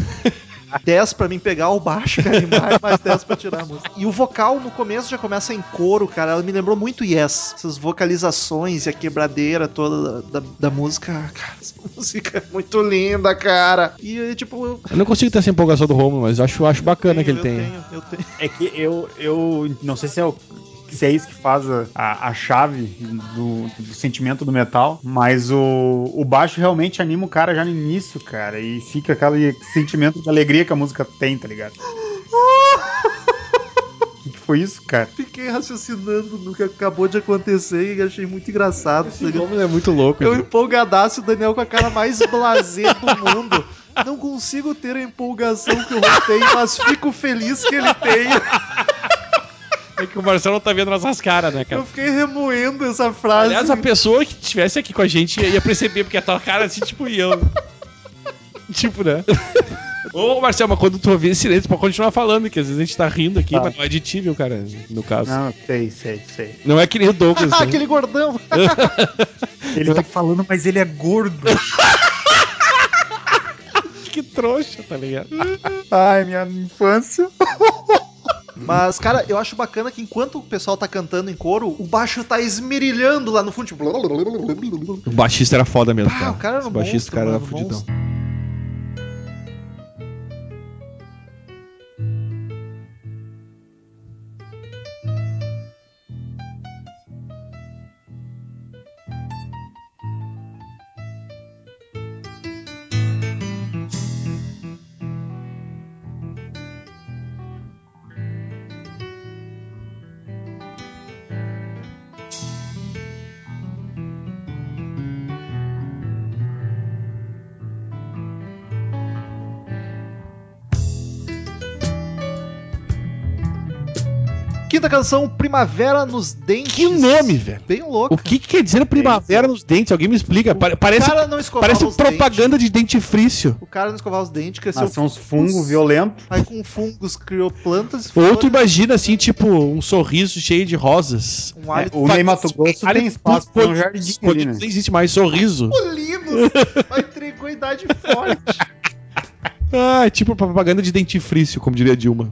S3: 10 pra mim pegar o baixo, cara, e mais, mais 10 pra tirar a música. E o vocal no começo já começa em coro, cara. Ela me lembrou muito Yes. Essas vocalizações e a quebradeira toda da, da- da música. Cara, essa música é muito linda, cara. E tipo, eu,
S4: Eu não consigo ter essa empolgação do Romulo, mas acho, acho bacana que ele
S3: eu
S4: tem.
S3: tenho, eu tenho.
S5: É que eu, eu não sei se é o se é isso que faz a, a, a chave do, do sentimento do metal, mas o, o baixo realmente anima o cara já no início, cara, e fica aquele sentimento de alegria que a música tem, tá ligado? O que que foi isso, cara?
S3: Fiquei raciocinando no que acabou de acontecer e achei muito engraçado. tá ligado?
S4: é muito louco.
S3: Eu empolgadaço o Daniel com a cara mais blasé do mundo. Não consigo ter a empolgação que o Rô tem, mas fico feliz que ele tenha.
S4: É que o Marcelo tá vendo nossas caras, né,
S3: Eu
S4: cara?
S3: fiquei remoendo essa frase.
S4: Aliás, a pessoa que estivesse aqui com a gente ia, ia perceber, porque a tua cara assim, tipo, e eu. tipo, né? Ô, Marcelo, mas quando tu ouvir esse silêncio, pode continuar falando, que às vezes a gente tá rindo aqui,
S5: Tá.
S4: mas não é aditível, cara, no caso. Não,
S5: Não, sei, sei, sei.
S4: é que nem o Douglas.
S3: Ah,
S4: né?
S3: aquele gordão.
S5: Ele tá falando, mas ele é gordo.
S4: que trouxa, tá ligado?
S5: Ai, minha infância.
S3: Mas, cara, eu acho bacana que enquanto o pessoal tá cantando em coro, o baixo tá esmerilhando lá no fundo. Tipo...
S4: O baixista era foda mesmo,
S3: Pá,
S4: cara.
S3: o cara era
S4: Esse
S3: um
S4: baixista,
S3: monstro,
S4: o cara era
S3: mano,
S4: fudidão.
S3: Quinta canção, Primavera nos Dentes.
S4: Que nome, velho?
S3: Bem louco.
S4: O que, que quer dizer primavera nos dentes? Alguém me explica. Pare- parece
S3: cara não escovava
S4: parece
S3: os
S4: propaganda de dentifrício.
S3: O cara não escovava os dentes, cresceu.
S5: Nossa, são uns fungos violentos.
S3: Aí com fungos criou plantas.
S4: Ou tu
S3: flores,
S4: imagina assim, tipo, um sorriso cheio de rosas.
S3: Um
S5: É,
S3: hálito
S5: o Ney Mato Grosso tem espaço pra um jardim ali, né?
S4: Não existe mais sorriso.
S3: polinos. Mas entregou a idade forte.
S4: Ah, é tipo propaganda de dentifrício, como diria Dilma.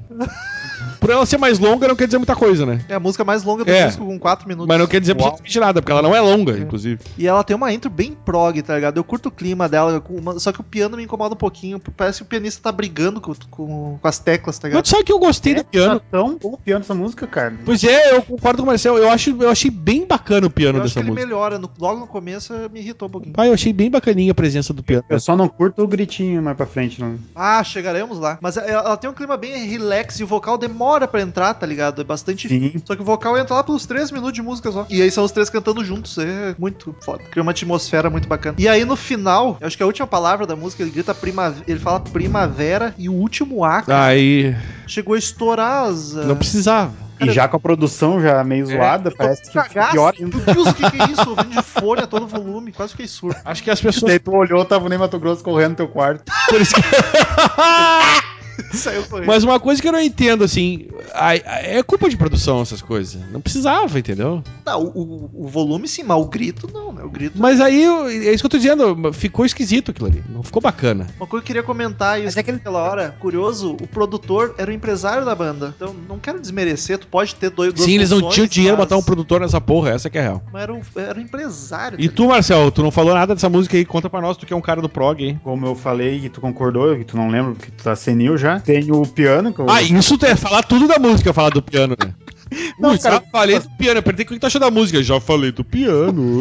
S4: Por ela ser mais longa, não quer dizer muita coisa, né?
S3: É a música mais longa do
S4: É.
S3: disco, com 4 minutos.
S4: Mas não quer dizer
S3: Uau.
S4: absolutamente nada, porque ela não é longa, inclusive.
S3: E ela tem uma intro bem prog, tá ligado? Eu curto o clima dela, com uma- só que o piano me incomoda um pouquinho. Parece que o pianista tá brigando com, com- com as teclas, tá
S4: Mas
S3: ligado?
S4: tu sabe que eu gostei do piano?
S5: Tá tão bom o piano essa música, cara.
S4: Pois é, eu concordo com o Marcel. Eu, acho, eu achei bem bacana o piano
S3: Eu acho que
S4: dessa
S3: ele
S4: música.
S3: melhora. no- logo no começo me irritou um pouquinho.
S4: Ah, eu achei bem bacaninha a presença do piano.
S5: Eu só não curto o gritinho mais pra frente, não.
S3: Ah, chegaremos lá. Mas ela, ela tem um clima bem relax e o vocal demora pra entrar, tá ligado? É bastante.
S5: Sim.
S3: Só que o vocal entra lá pelos 3 minutos de música só. E aí são os três cantando juntos. É muito foda. Cria uma atmosfera muito bacana. E aí no final, eu acho que é a última palavra da música, ele grita primavera. Ele fala primavera e o último A cara,
S4: Aí
S3: chegou a estourar as. ah,
S4: não precisava.
S5: E já com a produção já meio zoada, parece que fica
S3: Cagaço.
S5: pior ainda.
S3: Meu Deus, o que, que é isso? Ouvindo de fone a todo volume, quase fiquei surdo.
S4: Acho que as pessoas.
S5: Daí tu olhou, tava o Ney Mato Grosso correndo no teu quarto.
S4: Por isso que-
S3: Saiu correndo.
S4: Mas uma coisa que eu não entendo, assim, a- a- é culpa de produção essas coisas. Não precisava, entendeu?
S3: Tá, o, o- o volume sim, mas o grito não, né? O grito.
S4: Mas aí, eu- é isso que eu tô dizendo, ficou esquisito aquilo ali. Não ficou bacana.
S3: Uma coisa que eu queria comentar, e
S5: Mas
S3: isso
S5: é que ele-
S3: naquela hora, curioso, o produtor era o empresário da banda. Então, não quero desmerecer, tu pode ter dois duas
S4: Sim, eles não
S3: funções,
S4: tinham dinheiro pra
S3: mas-
S4: botar um produtor nessa porra, essa que é a real.
S3: Mas era um, era um empresário.
S4: E
S3: cara.
S4: tu, Marcel, tu não falou nada dessa música aí, conta pra nós, tu que é um cara do prog, hein?
S5: Como eu falei, e tu concordou, e tu não lembra, porque tu tá senil já. Tem o piano, que eu...
S4: Ah, isso é falar tudo da música, falar do piano, né?
S5: Não,
S4: Ui,
S5: cara,
S4: já falei do piano, eu perguntei o que tu achou da música. Já falei do
S5: uh,
S4: piano.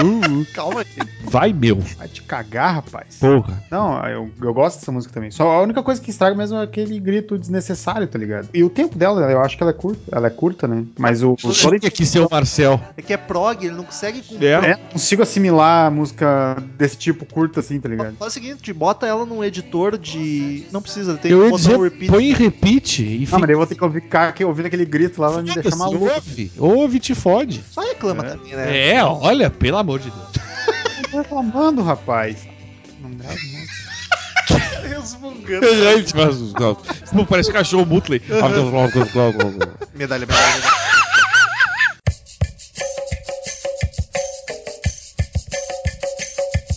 S3: Calma aí.
S4: Vai, meu.
S5: vai te cagar, rapaz.
S4: Porra.
S5: Não, eu, eu gosto dessa música também. Só a única coisa que estraga mesmo é aquele grito desnecessário, tá ligado? E o tempo dela, eu acho que ela é curta, ela é curta, né? Mas o, o
S4: Só é que aqui ser o Marcel.
S3: É que é prog, ele não consegue com.
S5: É, não consigo assimilar a música desse tipo curta assim, tá ligado?
S3: Faz o seguinte, bota ela num editor de. Não precisa, tem um
S4: Eu ia
S3: botão
S4: dizer,
S3: repeat.
S4: põe em repeat e
S5: Não,
S4: fica...
S5: mas daí eu vou ter que ouvir, ficar aqui ouvindo aquele grito lá, vai me deixar
S4: Foda-se,
S5: maluco.
S4: ouve, ouve e te fode.
S3: Só reclama também, né?
S4: É, olha, pelo amor de Deus.
S5: Eu tô reclamando, rapaz. Não dá, não.
S4: É.
S3: Resmungando.
S4: Ele te faz os- Tipo, Parece cachorro Mutley. Ah,
S3: Medalha, medalha, medalha.
S4: Tá, sexta.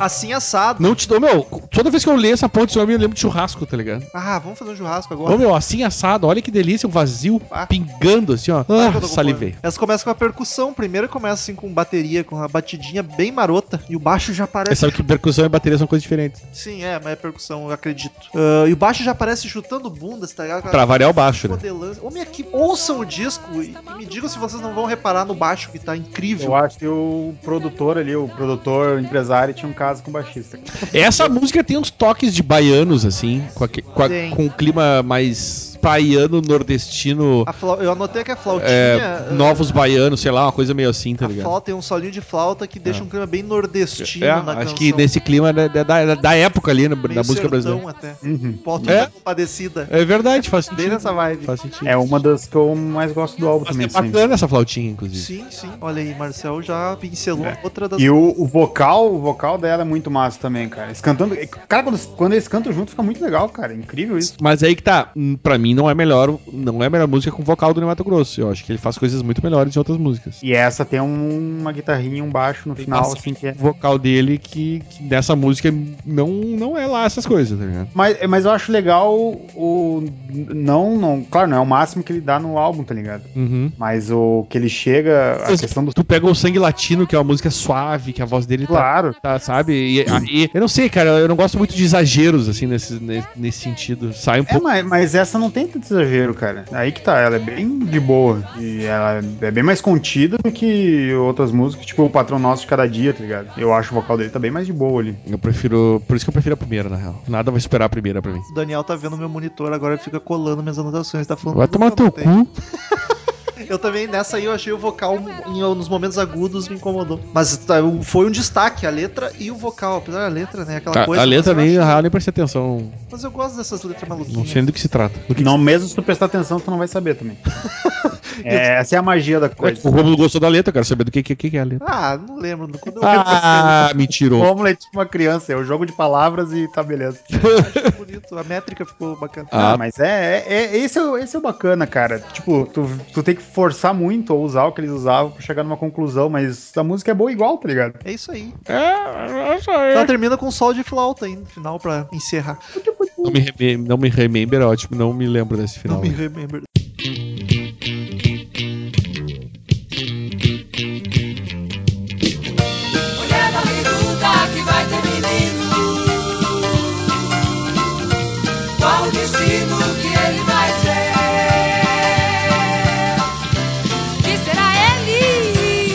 S3: Assim assado.
S4: Tá,
S3: Assim
S4: Não te dou, meu. Tu Toda vez que eu leio essa porra desse nome, eu lembro de churrasco, tá ligado?
S3: Ah, vamos fazer um churrasco agora.
S4: Ô, meu, assim assado, olha que delícia, um vazio
S3: Ah.
S4: pingando assim, ó.
S3: Sabe
S4: Ah,
S3: quando eu tô com
S4: salivei.
S3: fome? Elas começam com a percussão. Primeiro começa assim com bateria, com uma batidinha bem marota. E o baixo já
S4: Você
S3: aparece.
S4: sabe que percussão e bateria são coisas diferentes.
S3: Sim, é, mas é percussão, eu acredito. Ah, e o baixo já aparece chutando bundas, tá ligado?
S4: Pra variar o baixo, né?
S3: Modelância. Homem aqui, ouçam o disco e, e me digam se vocês não vão reparar no baixo, que tá incrível.
S5: Eu acho que o produtor ali, o produtor, o empresário, tinha um caso com o baixista.
S4: Essa música tem uns toques de baianos, assim, com, aque- com, a-
S3: Tem.
S4: com um clima mais baiano, nordestino,
S3: A flau- Eu anotei que a flautinha. ah,
S4: novos baianos, sei lá, uma coisa meio assim, É, tá
S3: a
S4: ligado? Ah.
S3: flauta tem um solinho de flauta que deixa um clima bem nordestino
S4: É,
S3: na
S4: acho
S3: canção.
S4: que nesse clima é da, da- da- da época ali, na, da
S3: Meio
S4: música
S3: sertão
S4: brasileira.
S3: até.
S5: Uhum.
S3: Porto
S4: É?
S3: da Compadecida.
S4: É verdade, faz
S3: Bem
S4: sentido.
S3: nessa vibe.
S4: Faz sentido.
S5: É uma das que eu mais gosto do álbum
S4: Mas
S5: também.
S4: é
S5: assim.
S4: bacana essa flautinha, inclusive.
S3: Sim, sim. Olha aí, Marcel já pincelou
S4: É.
S3: outra das.
S5: E o, o vocal, o vocal dela é muito massa também, cara. Eles cantando. Cara, quando, quando eles cantam junto, fica muito legal, cara. É Incrível isso.
S4: Mas aí que tá, hum, pra mim não é melhor, não é a melhor música com vocal do Ney Mato Grosso. Eu acho que ele faz coisas muito melhores em outras músicas.
S5: E essa tem um- uma guitarrinha, um baixo no
S4: Tem
S5: final,
S4: bastante.
S5: assim, que é.
S4: O vocal dele que, que dessa música não, não é lá essas coisas, tá ligado?
S5: Mas, mas eu acho legal o. Não, não. Claro, não é o máximo que ele dá no álbum, tá ligado?
S4: Uhum.
S5: Mas o que ele chega. A
S4: Mas
S5: questão do.
S4: Tu pega o Sangue Latino, que é uma música suave, que a voz dele tá,
S5: Claro.
S4: tá, sabe? E aí, eu não sei, cara, eu não gosto muito de exageros, assim, nesse, nesse, nesse sentido. Sai um
S5: É,
S4: pouco.
S5: mas, mas essa não tem tanto exagero, cara. Aí que tá, ela é bem de boa. E ela é bem mais contida do que outras músicas, tipo o Patrão Nosso de Cada Dia, tá ligado? Eu acho o vocal dele tá bem mais de boa ali.
S4: Eu prefiro. Por isso que eu prefiro a primeira, na real. Nada vai superar a primeira pra mim.
S3: O Daniel tá vendo meu monitor agora ele fica colando minhas anotações, tá falando.
S4: Vai
S3: tudo
S4: tomar
S3: que eu
S4: teu
S3: anotei.
S4: cu.
S3: Eu também, nessa aí, eu achei o vocal em, nos momentos agudos me incomodou. Mas tá, um- foi um destaque, a letra e o vocal. Apesar da letra, né? Aquela
S4: Tá,
S3: coisa.
S4: a letra
S3: mas
S4: nem,
S3: eu
S4: na
S3: acho-
S4: real, nem prestei atenção.
S3: Mas eu gosto dessas letras
S4: Não sei
S3: maluquinhas.
S4: nem do que se trata.
S5: Porque não, mesmo se tu prestar atenção, tu não vai saber também. É, essa é a magia da
S4: É,
S5: coisa.
S4: tipo, o Romulo gostou da letra, eu quero saber do que, que, que é a letra.
S3: Ah, não lembro. Quando eu
S4: Ah,
S5: O
S4: mentiroso.
S5: Romulo é tipo uma criança, é o jogo de palavras e tá beleza.
S3: vi, eu achei bonito. A métrica ficou bacana.
S4: Ah.
S5: Ah, mas é, é, é- esse, é o, esse é o bacana, cara. Tipo, tu, tu tem que forçar muito ou usar o que eles usavam pra chegar numa conclusão, mas a música é boa igual, tá ligado?
S3: É isso aí.
S4: É, é, só
S3: Ela
S4: eu.
S3: termina com sol de flauta aí no final pra encerrar.
S4: Não me, remem- não me remember, é ótimo, não me lembro desse final.
S3: Não me remember.
S6: Mulher não me luta que vai ter menino. Qual o destino que ele vai ter?
S1: Que será ele?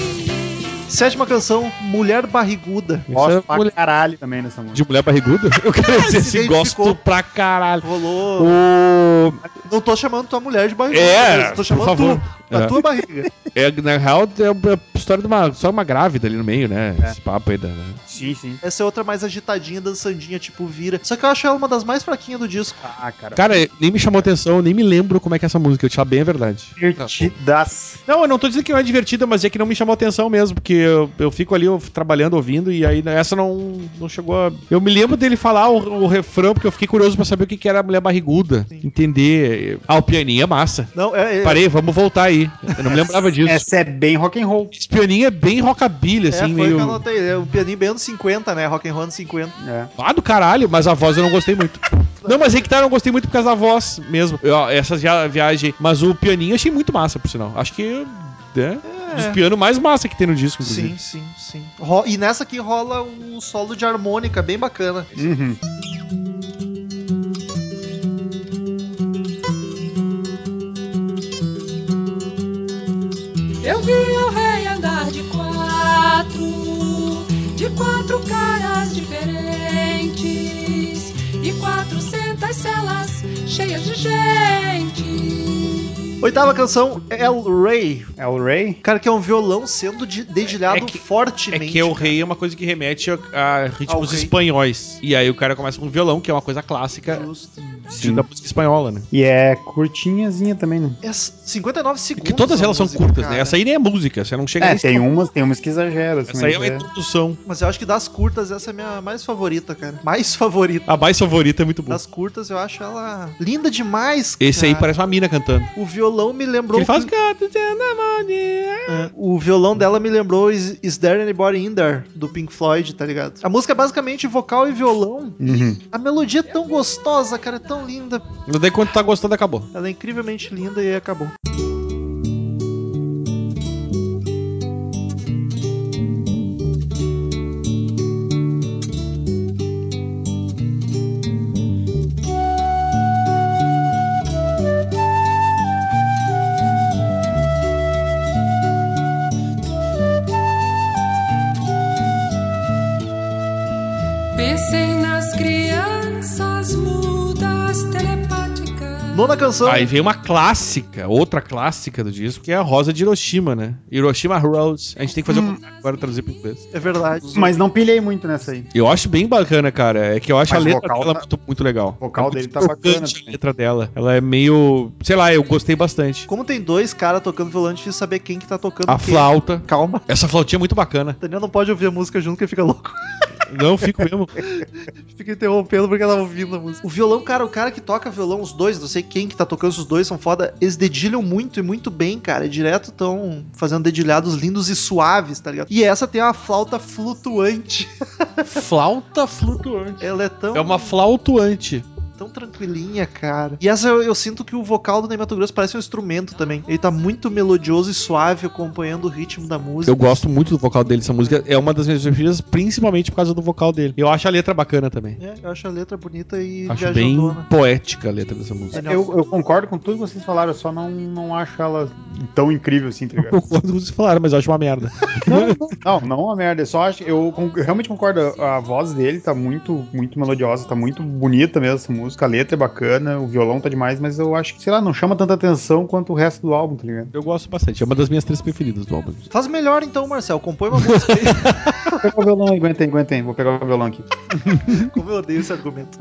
S3: Sétima canção, Mulher Barriguda.
S4: Isso
S5: Gosto
S4: é
S5: pra
S4: mulher-
S5: caralho também nessa música.
S4: De mulher barriguda? Eu quero dizer
S3: Ah, Se
S4: assim, gosto
S3: identificou.
S4: pra caralho.
S3: Rolou.
S4: O...
S3: Não tô chamando tua mulher de barriguda.
S4: É,
S3: eu tô chamando
S4: por favor.
S3: tu. A
S4: É.
S3: tua barriga.
S4: É, na real, é a história de uma, só uma grávida ali no meio, né?
S5: É.
S4: Esse papo aí da. né?
S5: Sim, sim.
S3: Essa é outra mais agitadinha, dançandinha, tipo vira. Só que eu acho ela uma das mais fraquinhas do disco.
S5: Ah, cara.
S4: Cara, nem me chamou atenção, nem me lembro como é que é essa música, eu te falo bem a verdade.
S5: Divertidas.
S4: Não, eu não tô dizendo que não é divertida, mas é que não me chamou atenção mesmo, porque eu, eu fico ali eu, trabalhando, ouvindo, e aí essa não, não chegou a. Eu me lembro dele falar o, o refrão, porque eu fiquei curioso pra saber o que, que era a mulher barriguda.
S3: Sim.
S4: Entender. Ah, o pianinho é massa.
S3: Não, é. é-
S4: Parei, vamos voltar aí. Eu não me lembrava disso.
S5: Essa é bem rock and roll.
S4: Esse pianinho é bem rockabilly,
S3: é, foi
S4: assim,
S3: o que eu
S4: meio.
S3: anotei. É um pianinho bem anos 50, né? Rock and roll anos 50.
S5: É.
S4: Ah, do caralho, mas a voz eu não gostei muito. Não, mas aí que tá, eu não gostei muito por causa da voz mesmo. Eu, ó, essa via- viagem. Mas o pianinho eu achei muito massa, por sinal. Acho que. É. Dos pianos mais massa que tem no disco, inclusive.
S3: Sim, sim, sim. Ro- e nessa aqui rola um solo de harmônica bem bacana.
S5: Uhum.
S1: Eu vi o rei andar de quatro, de quatro caras diferentes e quatrocentas celas cheias de gente.
S3: Oitava canção, El Rey.
S5: É o Ray?
S3: Cara, que é um violão sendo de- dedilhado
S4: É que- É
S3: fortemente.
S4: que o rei é uma coisa que remete a, a ritmos
S3: rei.
S4: espanhóis. E aí o cara começa com um violão, que é uma coisa clássica
S3: Justo.
S4: de- da música espanhola, né?
S5: E é curtinhazinha também, né?
S3: É 59 segundos.
S4: Porque todas
S3: a
S4: elas são
S3: música,
S4: curtas, né?
S3: cara.
S4: Essa aí nem é música, você não chega
S5: É,
S4: nem-
S5: tem umas, tem umas que exageram. assim,
S4: Essa aí é uma
S5: mas é-
S4: introdução.
S3: Mas eu acho que das curtas, essa é a minha mais favorita, cara. Mais favorita.
S4: A mais favorita é muito boa.
S3: Das curtas, eu acho ela linda demais,
S4: Esse aí
S3: cara.
S4: parece uma mina cantando.
S3: O violão me lembrou.
S4: Ele faz.
S3: É, O violão dela me lembrou Is, Is There Anybody In There, do Pink Floyd, tá ligado? A música é basicamente vocal e violão.
S5: Uhum.
S3: A melodia é tão gostosa, cara, é tão linda.
S4: Daí quando tá gostando, acabou.
S3: Ela é incrivelmente linda e acabou.
S1: Pensem nas crianças mudas telepáticas.
S3: Nona canção.
S4: Aí vem uma clássica, outra clássica do disco, que é a Rosa de Hiroshima, né? Hiroshima Rose. A gente tem que fazer o contrário agora traduzir pro inglês.
S3: É verdade.
S5: Mas não pilhei muito nessa aí.
S4: Eu acho bem bacana, cara. É que eu acho a
S5: Mas o
S4: letra
S5: vocal
S4: dela
S5: tá-
S4: muito, muito legal.
S5: O vocal
S4: É muito
S5: dele tá
S4: tocante
S5: bacana
S4: A
S5: também.
S4: letra dela. Ela é meio. Sei lá, eu gostei bastante.
S3: Como tem dois caras tocando violão, é difícil saber quem que tá tocando
S4: A
S3: quem.
S4: flauta.
S3: Calma.
S4: Essa flautinha é muito bacana.
S3: O Daniel não pode ouvir a música junto que ele fica louco.
S4: Não fico mesmo.
S3: Fica interrompendo porque ela tá ouvindo a música. O violão, cara, o cara que toca violão, os dois, não sei quem que tá tocando, os dois são foda. Eles dedilham muito e muito bem, cara. Direto tão fazendo dedilhados lindos e suaves, tá ligado? E essa tem uma flauta flutuante.
S4: Flauta flutuante.
S3: Ela é tão,
S4: É uma flautuante.
S3: tão tranquilinha, cara. E essa eu, eu sinto que o vocal do Ney Mato Grosso parece um instrumento também. Ele tá muito melodioso e suave acompanhando o ritmo da música.
S4: Eu gosto muito do vocal dele. Essa música é uma das minhas preferidas, principalmente por causa do vocal dele. Eu acho a letra bacana também.
S3: É, eu acho a letra bonita e
S4: Acho bem
S3: viajandona.
S4: poética a letra dessa música.
S5: Eu, eu concordo com tudo que vocês falaram, eu só não, não acho ela tão incrível assim, tá
S4: Eu
S5: ligado?
S4: concordo com o que vocês falaram, mas eu acho uma merda.
S5: Não, não é uma merda, eu só acho. Eu, con- eu realmente concordo, a a voz dele tá muito, muito melodiosa, tá muito bonita mesmo essa música, a letra é bacana, o violão tá demais, mas eu acho que, sei lá, não chama tanta atenção quanto o resto do álbum, tá ligado?
S4: Eu gosto bastante. É uma das minhas três preferidas do álbum.
S3: Faz melhor então, Marcel. Compõe uma música.
S5: Vou pegar o violão aí, aguentem, aguentem, vou pegar o violão aqui.
S3: Como eu odeio esse argumento.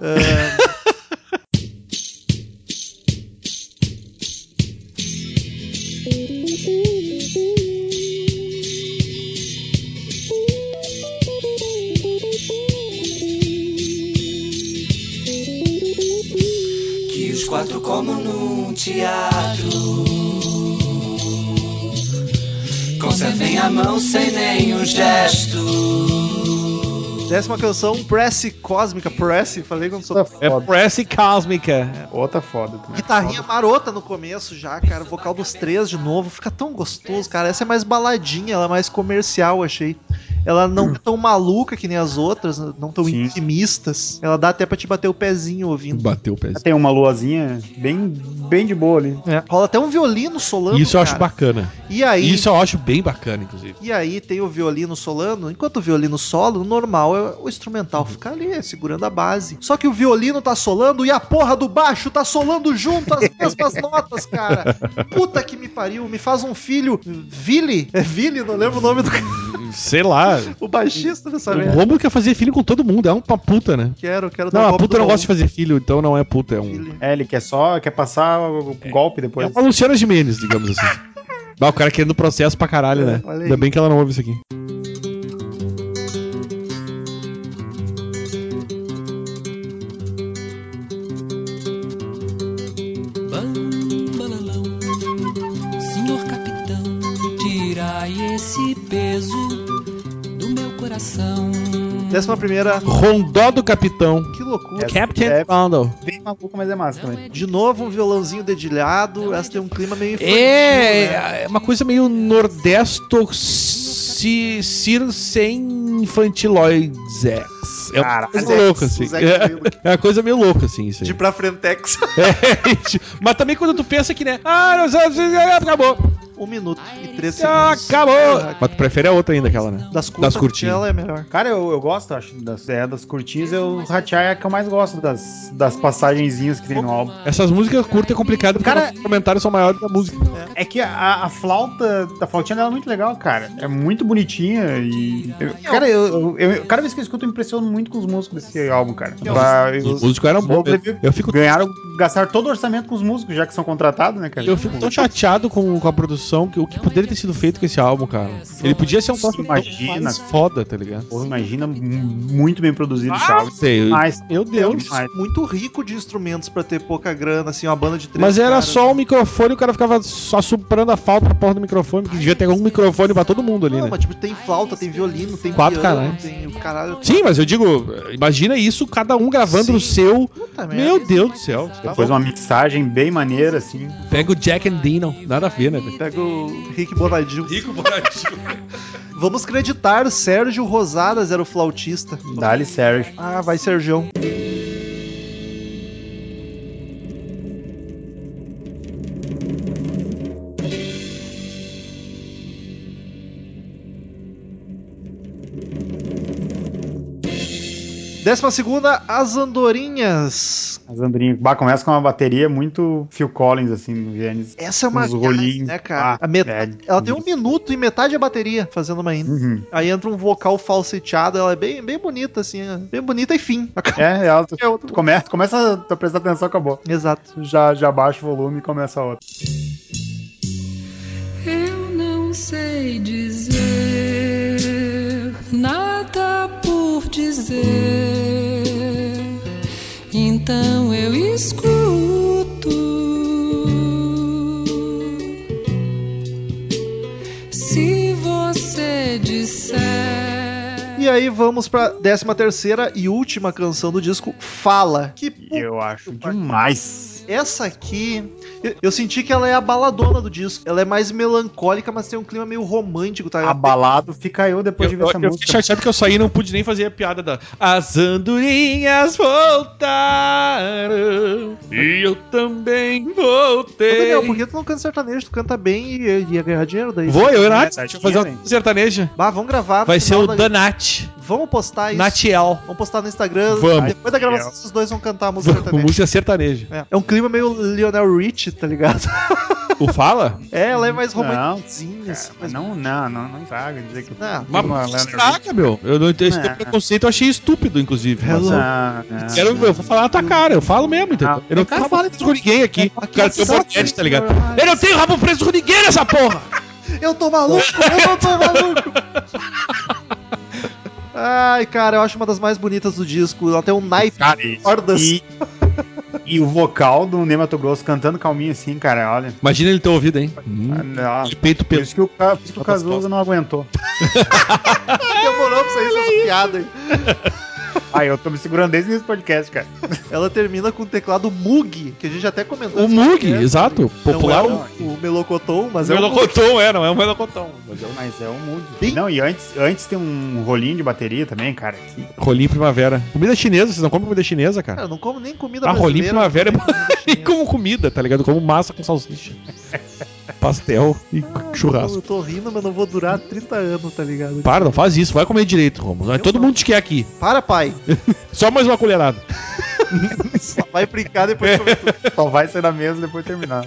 S6: Que os quatro como num teatro Conservem a mão sem nenhum gesto
S3: Décima canção, Press Cósmica. Press, falei quando sou.
S5: Outra
S4: É
S5: foda,
S4: Press Cósmica.
S5: outra foda também.
S3: Guitarrinha marota no começo já, cara. Vocal dos três de novo. Fica tão gostoso, cara. Essa é mais baladinha, ela é mais comercial, achei. Ela não é tão maluca que nem as outras, não tão
S5: Sim.
S3: intimistas. Ela dá até pra te bater o pezinho ouvindo.
S4: Bateu o pé.
S5: Tem uma luazinha bem, bem de boa ali.
S3: É. Rola até um violino solando.
S4: Isso eu acho
S3: cara. É
S4: bacana.
S3: E aí,
S4: Isso eu acho bem bacana, inclusive.
S3: E aí tem o violino solano, enquanto o violino solo, o normal é o
S4: Uhum.
S3: instrumental ficar ali, é, segurando a base. Só que o violino tá solando e a porra do baixo tá solando junto as mesmas notas, cara. Puta que me pariu, me faz um filho. Vili? É Vili? Não lembro o nome do cara,
S4: Sei lá.
S3: o baixista dessa
S4: O
S3: merda.
S4: Romulo quer fazer filho com todo mundo. É uma puta, né?
S3: Quero, quero
S4: Não,
S3: um
S4: a
S3: golpe
S4: puta
S3: do
S4: não
S3: baú.
S4: gosta de fazer filho, então não é puta. É, um...
S3: Vili.
S5: É, ele quer só, quer passar o golpe
S4: é
S5: depois.
S4: uma Luciana Jimenez, digamos assim. Bah, o cara querendo processo pra caralho, né?
S3: É, olha aí.
S4: Ainda bem que ela não ouve isso aqui.
S6: Bambalalão Senhor capitão Tirai esse peso do meu coração
S3: Décima primeira.
S4: Rondó do Capitão.
S3: Que loucura.
S5: É.
S4: Captain
S5: é-
S4: Rondó.
S5: Bem maluco, mas é massa também.
S3: De novo um violãozinho dedilhado. Essa tem um clima meio infantil, né?
S4: É, é uma coisa meio nordesto ci- circem infantiloides. É uma
S5: Caraca,
S4: coisa louca, assim.
S3: O Zé
S4: É,
S3: Camilo,
S4: é uma coisa meio louca, assim, isso aí.
S3: De pra frentex.
S4: É, tipo, mas também quando tu pensa que, né? Ah, nós vamos- acabou.
S3: 1 minuto e 3 segundos.
S4: Acabou! Mas tu prefere a outra ainda, aquela, né?
S3: Das curtas,
S4: Das curtinhas.
S3: ela é melhor.
S5: Cara, eu, eu gosto, acho, das, é, das curtinhas, eu, o Hachai é a que eu mais gosto das, das passagenzinhas que tem no álbum.
S4: Essas músicas curtas é complicado porque
S5: Cara-
S4: os comentários são maiores da música.
S5: É que a, a flauta, a flautinha dela é muito legal, cara. É muito bonitinha e... eu- cara, eu, eu- eu- cada vez que eu escuto, eu me impressiono muito com os músicos desse álbum, cara. Pra-
S4: Os músicos eram bons.
S5: Vou-
S4: Eu, eu fico
S5: Ganharam, gastaram todo o orçamento com os músicos, já que são contratados, né, cara?
S4: Eu fico tão chateado com, com a produção que o que poderia ter sido feito com esse álbum, cara. Ele podia ser um próximo
S5: Imagina.
S4: foda, tá ligado?
S5: Porra, imagina, mu- muito bem produzido esse álbum.
S4: Sei,
S5: Mas,
S4: Ah, meu Deus.
S5: Mas-
S3: Muito rico de instrumentos pra ter pouca grana, assim, uma banda de três
S4: Mas era
S3: caras.
S4: só o microfone, o cara ficava só assoprando a falta pra porra do microfone, que devia ter um microfone pra todo mundo ali,
S3: Não,
S4: né?
S3: mas tipo, tem flauta, tem violino, tem
S4: Quatro
S3: piano,
S4: caralho.
S3: tem o caralho.
S4: Sim, mas eu digo, imagina isso, cada um gravando
S3: Sim.
S4: o seu.
S3: Puta
S4: Meu Deus do céu.
S5: depois uma mixagem bem maneira, assim.
S4: Pega o Jack and Dino, nada a ver, né, velho?
S3: Pega o Rick Bonadil.
S4: Rico Bonadio.
S3: Vamos creditar, Sérgio Rosadas era o flautista.
S5: Dali Sérgio.
S3: Ah, vai Sérgio. Décima segunda, as andorinhas.
S5: As Andrinhas. Bah, começa com uma bateria muito Phil Collins, assim, no Gênesis.
S3: Essa é uma
S5: Uns rolinhos.
S3: né, cara?
S5: Ah,
S3: A met-
S5: velho.
S3: Ela tem um minuto e metade a bateria fazendo uma ainda.
S5: Uhum.
S3: Aí entra um vocal falseteado, ela é bem, bem bonita, assim, é bem bonita e fim.
S5: É, ela tu, tu começa, começa a tu prestar atenção, acabou.
S3: Exato.
S5: Já, já baixa o volume e começa a outra.
S1: Eu não sei dizer nada por dizer. Então eu escuto. Se você disser.
S3: E aí vamos pra décima terceira e última canção do disco, Fala. Que pu-
S5: Eu acho demais.
S3: Essa aqui, eu, eu senti que ela é a baladona do disco. Ela é mais melancólica, mas tem um clima meio romântico, tá?
S5: Abalado fica eu depois
S4: Eu,
S5: de ver essa
S4: eu, eu fiquei
S5: música.
S4: chateado que eu saí e não pude nem fazer a piada da As andorinhas voltaram E eu também
S3: Ô,
S4: voltei
S3: Daniel, por que tu não canta sertanejo? Tu canta bem e e ia ganhar dinheiro daí.
S4: Vou, eu e Nath,
S5: Verdade,
S4: deixa eu fazer
S5: hein?
S4: uma sertaneja
S3: Bah, vamos gravar. no
S4: Vai ser
S3: final
S4: o
S3: da-
S4: Danat,
S3: Vamos postar isso.
S4: Natiel
S3: Vamos postar no Instagram.
S4: Vamos.
S3: Depois da gravação,
S5: Fiel.
S3: os dois vão cantar a música
S4: Com
S3: sertaneja.
S4: música sertaneja
S3: É. é um clima meio Lionel Rich, tá ligado?
S4: O Fala?
S3: É, ela é mais
S5: Não,
S3: romantizinha, assim,
S5: Cara, mas
S3: mas...
S5: não, não, não, não sabe dizer que.
S3: Não,
S5: Uma
S4: Uma
S5: Leonard
S4: saca, meu Eu não esse
S5: É.
S4: teu preconceito, eu achei estúpido, inclusive
S3: Hello.
S4: Mas,
S5: Não, não.
S4: Quero, eu vou falar na tua cara, eu falo mesmo, entendeu?
S3: Ah,
S5: Não.
S4: eu
S3: é
S4: não quero falar isso com ninguém aqui. O cara tem um boquete, tá ligado? Eu não tenho rabo preso com ninguém nessa porra!
S3: Eu tô maluco, eu não tô maluco. Ai, cara, eu acho uma das mais bonitas do disco. Ela tem um naipe
S5: Cara, e,
S3: de cordas.
S5: e, e o vocal do Neymato Grosso cantando calminho assim, cara, olha.
S4: Imagina ele ter ouvido, hein? Hum.
S5: Não,
S4: De peito
S5: por
S4: pelo.
S5: isso que o, Ca- por isso que o Cazuza não aguentou.
S3: Demorou pra sair essa piada aí.
S5: Ah, eu tô me segurando desde esse podcast, cara.
S3: Ela termina com o teclado Moog, que a gente até comentou.
S4: O
S3: nesse
S4: Mug,
S3: podcast.
S4: exato. Popular.
S3: Não é o, o Melocotão, mas é o Moog.
S4: melocotão, é, não é um melocotão. Mas é um
S5: Mas é um mundo.
S3: Ih.
S5: Não, e antes, antes tem um rolinho de bateria também, cara. que-
S4: rolinho primavera. Comida chinesa, vocês não comem comida chinesa,
S3: Cara,
S4: cara?
S3: eu não como nem É, comida
S4: Ah, rolinho
S3: brasileira.
S4: primavera é
S3: Nem
S4: nem
S3: comida
S4: como comida, tá ligado? Como massa com salsicha. Pastel e
S3: chinesa.
S4: churrasco.
S3: Eu tô rindo, mas não vou durar 30 anos, tá ligado?
S4: Para, não faz isso, vai comer direito, Romulo. Mas Todo mundo te quer aqui.
S3: Para, pai.
S4: Só mais uma colherada.
S3: Só vai brincar depois de comer tudo.
S5: Só vai sair da mesa depois de terminar.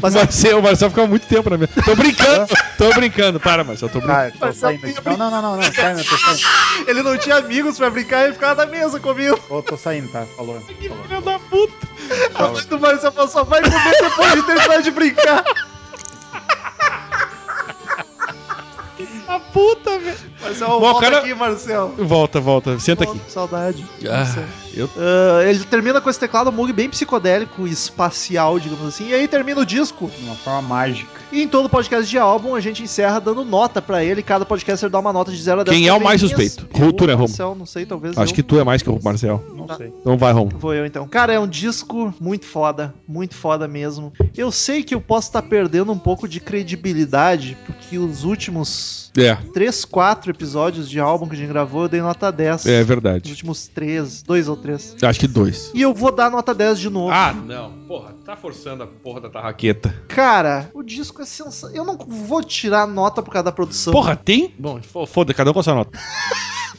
S3: Mas eu-
S4: Marcel, o Marcel fica muito tempo na minha. Tô brincando, tô brincando. Para, Marcel, tô brincando.
S5: Ah, tô saindo aqui. Não, não, não, não, não. Sai, não, tô saindo.
S3: ele não tinha amigos pra brincar, ele ficava na mesa comigo.
S5: Tô, tô saindo, tá? Falou. falou.
S4: Filho da puta. Tá
S3: A mãe do Marcel falou, só vai comer depois de terminar de brincar.
S4: A puta, velho.
S3: Marcel,
S4: Bom,
S3: volta
S4: cara-
S3: aqui, Marcel.
S4: Volta, volta. Senta aqui.
S3: Volta, Saudade.
S4: Ah, eu
S3: Ah, ele termina com esse teclado Moog bem psicodélico, espacial, digamos assim. E aí termina o disco.
S5: De uma forma mágica.
S3: E em todo podcast de álbum a gente encerra dando nota pra ele. Cada podcaster dá uma nota de 0 a 10.
S4: Quem é o mais
S3: Talvez
S4: suspeito?
S3: eu,
S4: Tu, né, Romulo?
S3: Marcel, não sei, talvez
S4: acho
S3: eu.
S4: que tu é mais que o Marcel.
S5: Não
S3: Tá.
S5: sei.
S4: Então vai, Romulo.
S3: Vou eu então. Cara, é um disco muito foda, muito foda mesmo. Eu sei que eu tá posso estar perdendo um pouco de credibilidade, porque os últimos
S4: É.
S3: 3, 4 episódios de álbum que a gente gravou, eu dei nota 10.
S4: É
S3: Os
S4: verdade.
S3: últimos três, dois ou três.
S4: Acho que dois.
S3: E eu vou dar nota 10 de novo.
S4: Ah, não. Porra, tá forçando a porra da tarraqueta.
S3: Cara, o disco é sensacional. Eu não vou tirar nota por causa da produção.
S4: Porra, tem? Bom, fo- foda, cada um com a sua nota.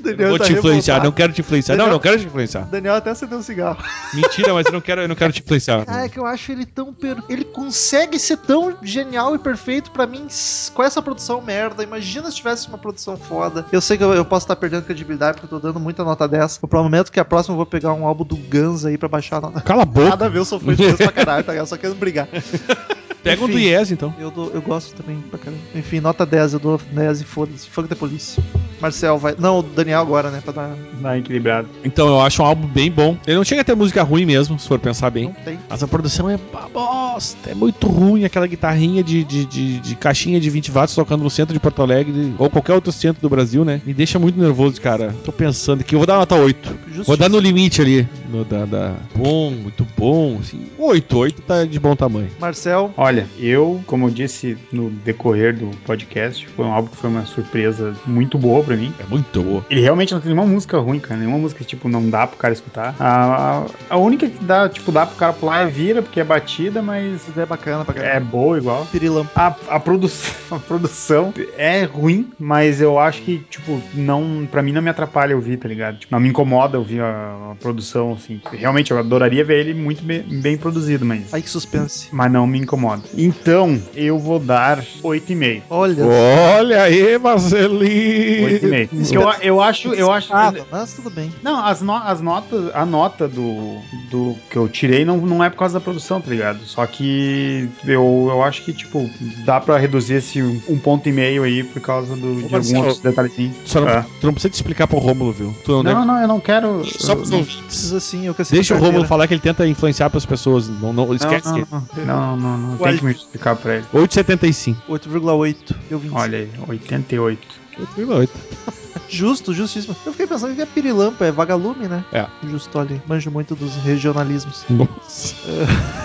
S3: O
S4: Eu não vou
S3: tá
S4: te influenciar,
S3: revoltado.
S4: não quero te influenciar. Não,
S3: Daniel-
S4: não quero te influenciar.
S3: Daniel até acendeu um cigarro.
S4: Mentira, mas eu não quero, eu não quero te influenciar.
S3: Cara, é que eu acho ele tão. Per... Ele consegue ser tão genial e perfeito pra mim s- com essa produção merda. Imagina se tivesse uma produção foda. Eu sei que eu, eu posso estar perdendo credibilidade porque eu tô dando muita nota dessa. Eu prometo que a próxima eu vou pegar um álbum do Guns aí pra baixar a nota.
S4: Cala a boca.
S3: Nada a ver, eu sou fã de Guns pra caralho, tá ligado? Só quero brigar.
S4: Pega um do
S3: Enfim.
S4: Yes, então.
S3: Eu, dou- eu gosto também pra caralho. Enfim, nota 10, eu dou 10 e foda-se. Funk da polícia. Marcel vai. Não, o Daniel agora, né? Pra dar.
S5: Tá equilibrado.
S4: Então, eu acho um álbum bem bom. Ele não chega a ter música ruim mesmo, se for pensar bem.
S3: Não tem.
S4: Mas a produção é uma bosta, é muito ruim aquela guitarrinha de, de, de, de caixinha de 20 watts tocando no centro de Porto Alegre ou qualquer outro centro do Brasil, né? Me deixa muito nervoso, cara. Tô pensando aqui, eu vou dar nota 8.
S3: Justiça.
S4: Vou dar no limite ali. No, da, da- Bom, muito bom. Assim, 8, 8 tá de bom tamanho.
S3: Marcel.
S5: Olha, eu, como eu disse no decorrer do podcast, foi um álbum que foi uma surpresa muito boa pra mim.
S4: É muito boa.
S5: Ele realmente não tem nenhuma música ruim, cara. Nenhuma música que, tipo, não dá pro cara escutar. A, a, a única que dá, tipo, dá pro cara pular é vira, porque é batida, mas
S3: É bacana pra caralho.
S5: é boa igual.
S3: Pirilão.
S5: A, a, produção, a produção é ruim, mas eu acho que, tipo, não. Pra mim não me atrapalha ouvir, tá ligado? Tipo, não me incomoda ouvir a, a produção, assim. Realmente, eu adoraria ver ele muito bem, bem produzido, mas.
S3: Ai que suspense.
S5: Mas não me incomoda. Então, eu vou dar 8,5.
S3: Olha.
S4: Olha aí, Marcelinho.
S5: 8,5. Eu, eu acho, eu acho.
S3: Ah, mas tudo bem.
S5: Não, as, no- as notas, a nota do, do que eu tirei não, não é por causa da produção, tá ligado? Só que eu, eu acho que, tipo, dá pra reduzir esse um ponto e meio aí por causa do, de alguns
S4: Marcelo,
S5: outros detalhezinhos.
S4: Só não,
S5: Ah.
S4: tu não precisa te explicar pro Rômulo, viu? Tu não, deve-
S5: Não, não, eu não quero.
S4: Só pros
S5: não,
S4: ouvintes.
S3: Precisa assim, eu cresci
S4: Deixa o
S3: de carteira.
S4: Rômulo falar que ele tenta influenciar pras pessoas. Não, não, esquece.
S5: não,
S4: que- é
S5: não, não, não, não, tem que me explicar pra ele.
S4: 8,75.
S3: 8,8. Eu vim.
S5: Olha aí, 88.
S4: 8,8.
S3: Justo, justíssimo. Eu fiquei pensando que é pirilampa, é vagalume, né?
S4: É.
S3: Justo ali. Manjo muito dos regionalismos.
S4: Nossa.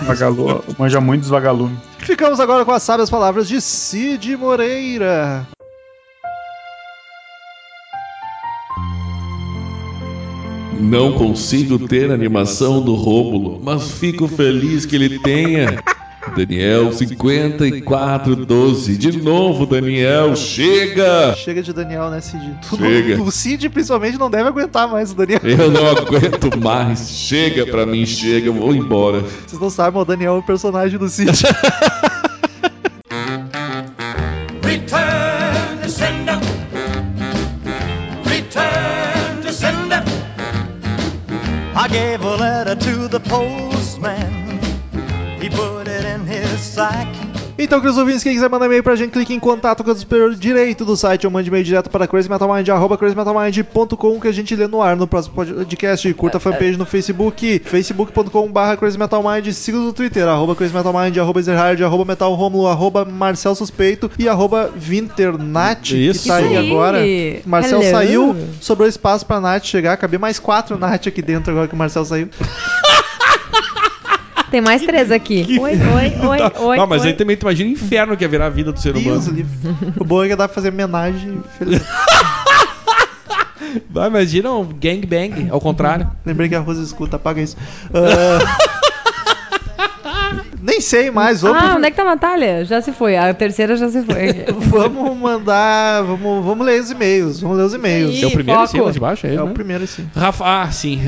S5: Vagalu, manja muito dos vagalumes.
S3: Ficamos agora com as sábias palavras de Cid Moreira.
S8: Não consigo ter a animação do Rômulo, mas fico feliz que ele tenha. Daniel 5412, de novo Daniel, chega!
S3: Chega de Daniel, né, Cid? Tu não-
S8: Chega.
S3: o Cid, principalmente, não deve aguentar mais o Daniel.
S8: Eu não aguento mais, chega pra mim, chega, eu vou embora.
S3: Vocês não sabem, o Daniel é o personagem do Cid.
S6: Return to sender. Return to sender. I gave a letter to the postman. He put it in his sack.
S3: Então, queridos ouvintes, quem quiser mandar e-mail pra gente, clique em contato com o superior direito do site ou mande e-mail direto para crazymetalmind, arroba crazymetalmind.com que a gente lê no ar no próximo podcast.
S4: É,
S3: Curta a fanpage no Facebook, facebook.com barra crazymetalmind, siga no Twitter, arroba crazymetalmind, arroba ezerhard, arroba metalromulo, arroba marcel suspeito e arroba vinternat, que
S4: Isso
S3: tá aí
S4: aí.
S3: agora. Marcel
S9: Hello.
S3: saiu, sobrou espaço pra Nath chegar, cabia mais quatro Nath aqui dentro agora que o Marcel saiu.
S9: Ah, Tem mais três aqui. Oi, oi, oi, oi.
S4: Tá. não, mas
S9: oi.
S4: aí também tu imagina o inferno que ia virar a vida do ser
S3: Deus,
S4: humano.
S3: livre. o bom é que dá pra fazer homenagem, feliz.
S4: Vai, imagina um gangbang, ao contrário.
S3: Lembrei que a Rosa escuta, apaga isso. Ah, nem sei mais, vamos,
S9: Ah, onde é que tá a Natália? Já se foi. A terceira já se foi.
S3: vamos mandar. Vamos, vamos ler os e-mails. Vamos ler os e-mails.
S9: Ih,
S4: é o primeiro
S9: foco.
S4: sim, lá de baixo, é ele,
S3: É o
S4: né?
S3: primeiro, sim.
S4: Rafa, ah, sim.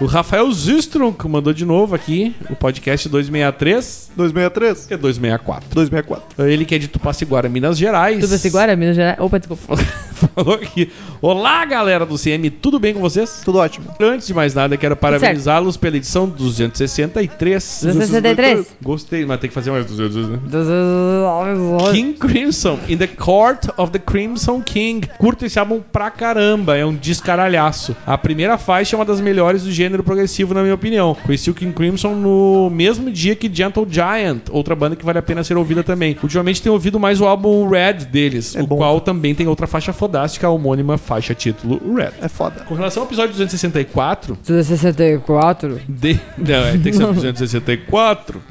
S4: O Rafael Zistron que mandou de novo aqui o podcast 263
S3: 263?
S4: e 264.
S3: 264.
S4: Ele que é de Tupaciguara, Minas Gerais.
S9: Tudo assim agora, Minas Gerais. Opa, desculpa.
S4: Falou aqui. Olá, galera do CM, tudo bem com vocês?
S3: Tudo ótimo.
S4: Antes de mais nada, quero parabenizá-los pela edição 263.
S9: 263.
S4: Gostei, mas tem que fazer mais 200, né?
S9: Que
S4: King Crimson, In the Court of the Crimson King. Curto esse álbum pra caramba, é um descaralhaço. A primeira faixa é uma das melhores do gênero progressivo, na minha opinião. Conheci o King Crimson no mesmo dia que Gentle Giant, outra banda que vale a pena ser ouvida também. Ultimamente tenho ouvido mais o álbum Red deles,
S3: É
S4: o
S3: bom.
S4: qual também tem outra faixa fodástica a homônima faixa título Red.
S3: É foda.
S4: Com relação ao episódio 264,
S9: 264.
S4: de... não, é, tem que ser o 264.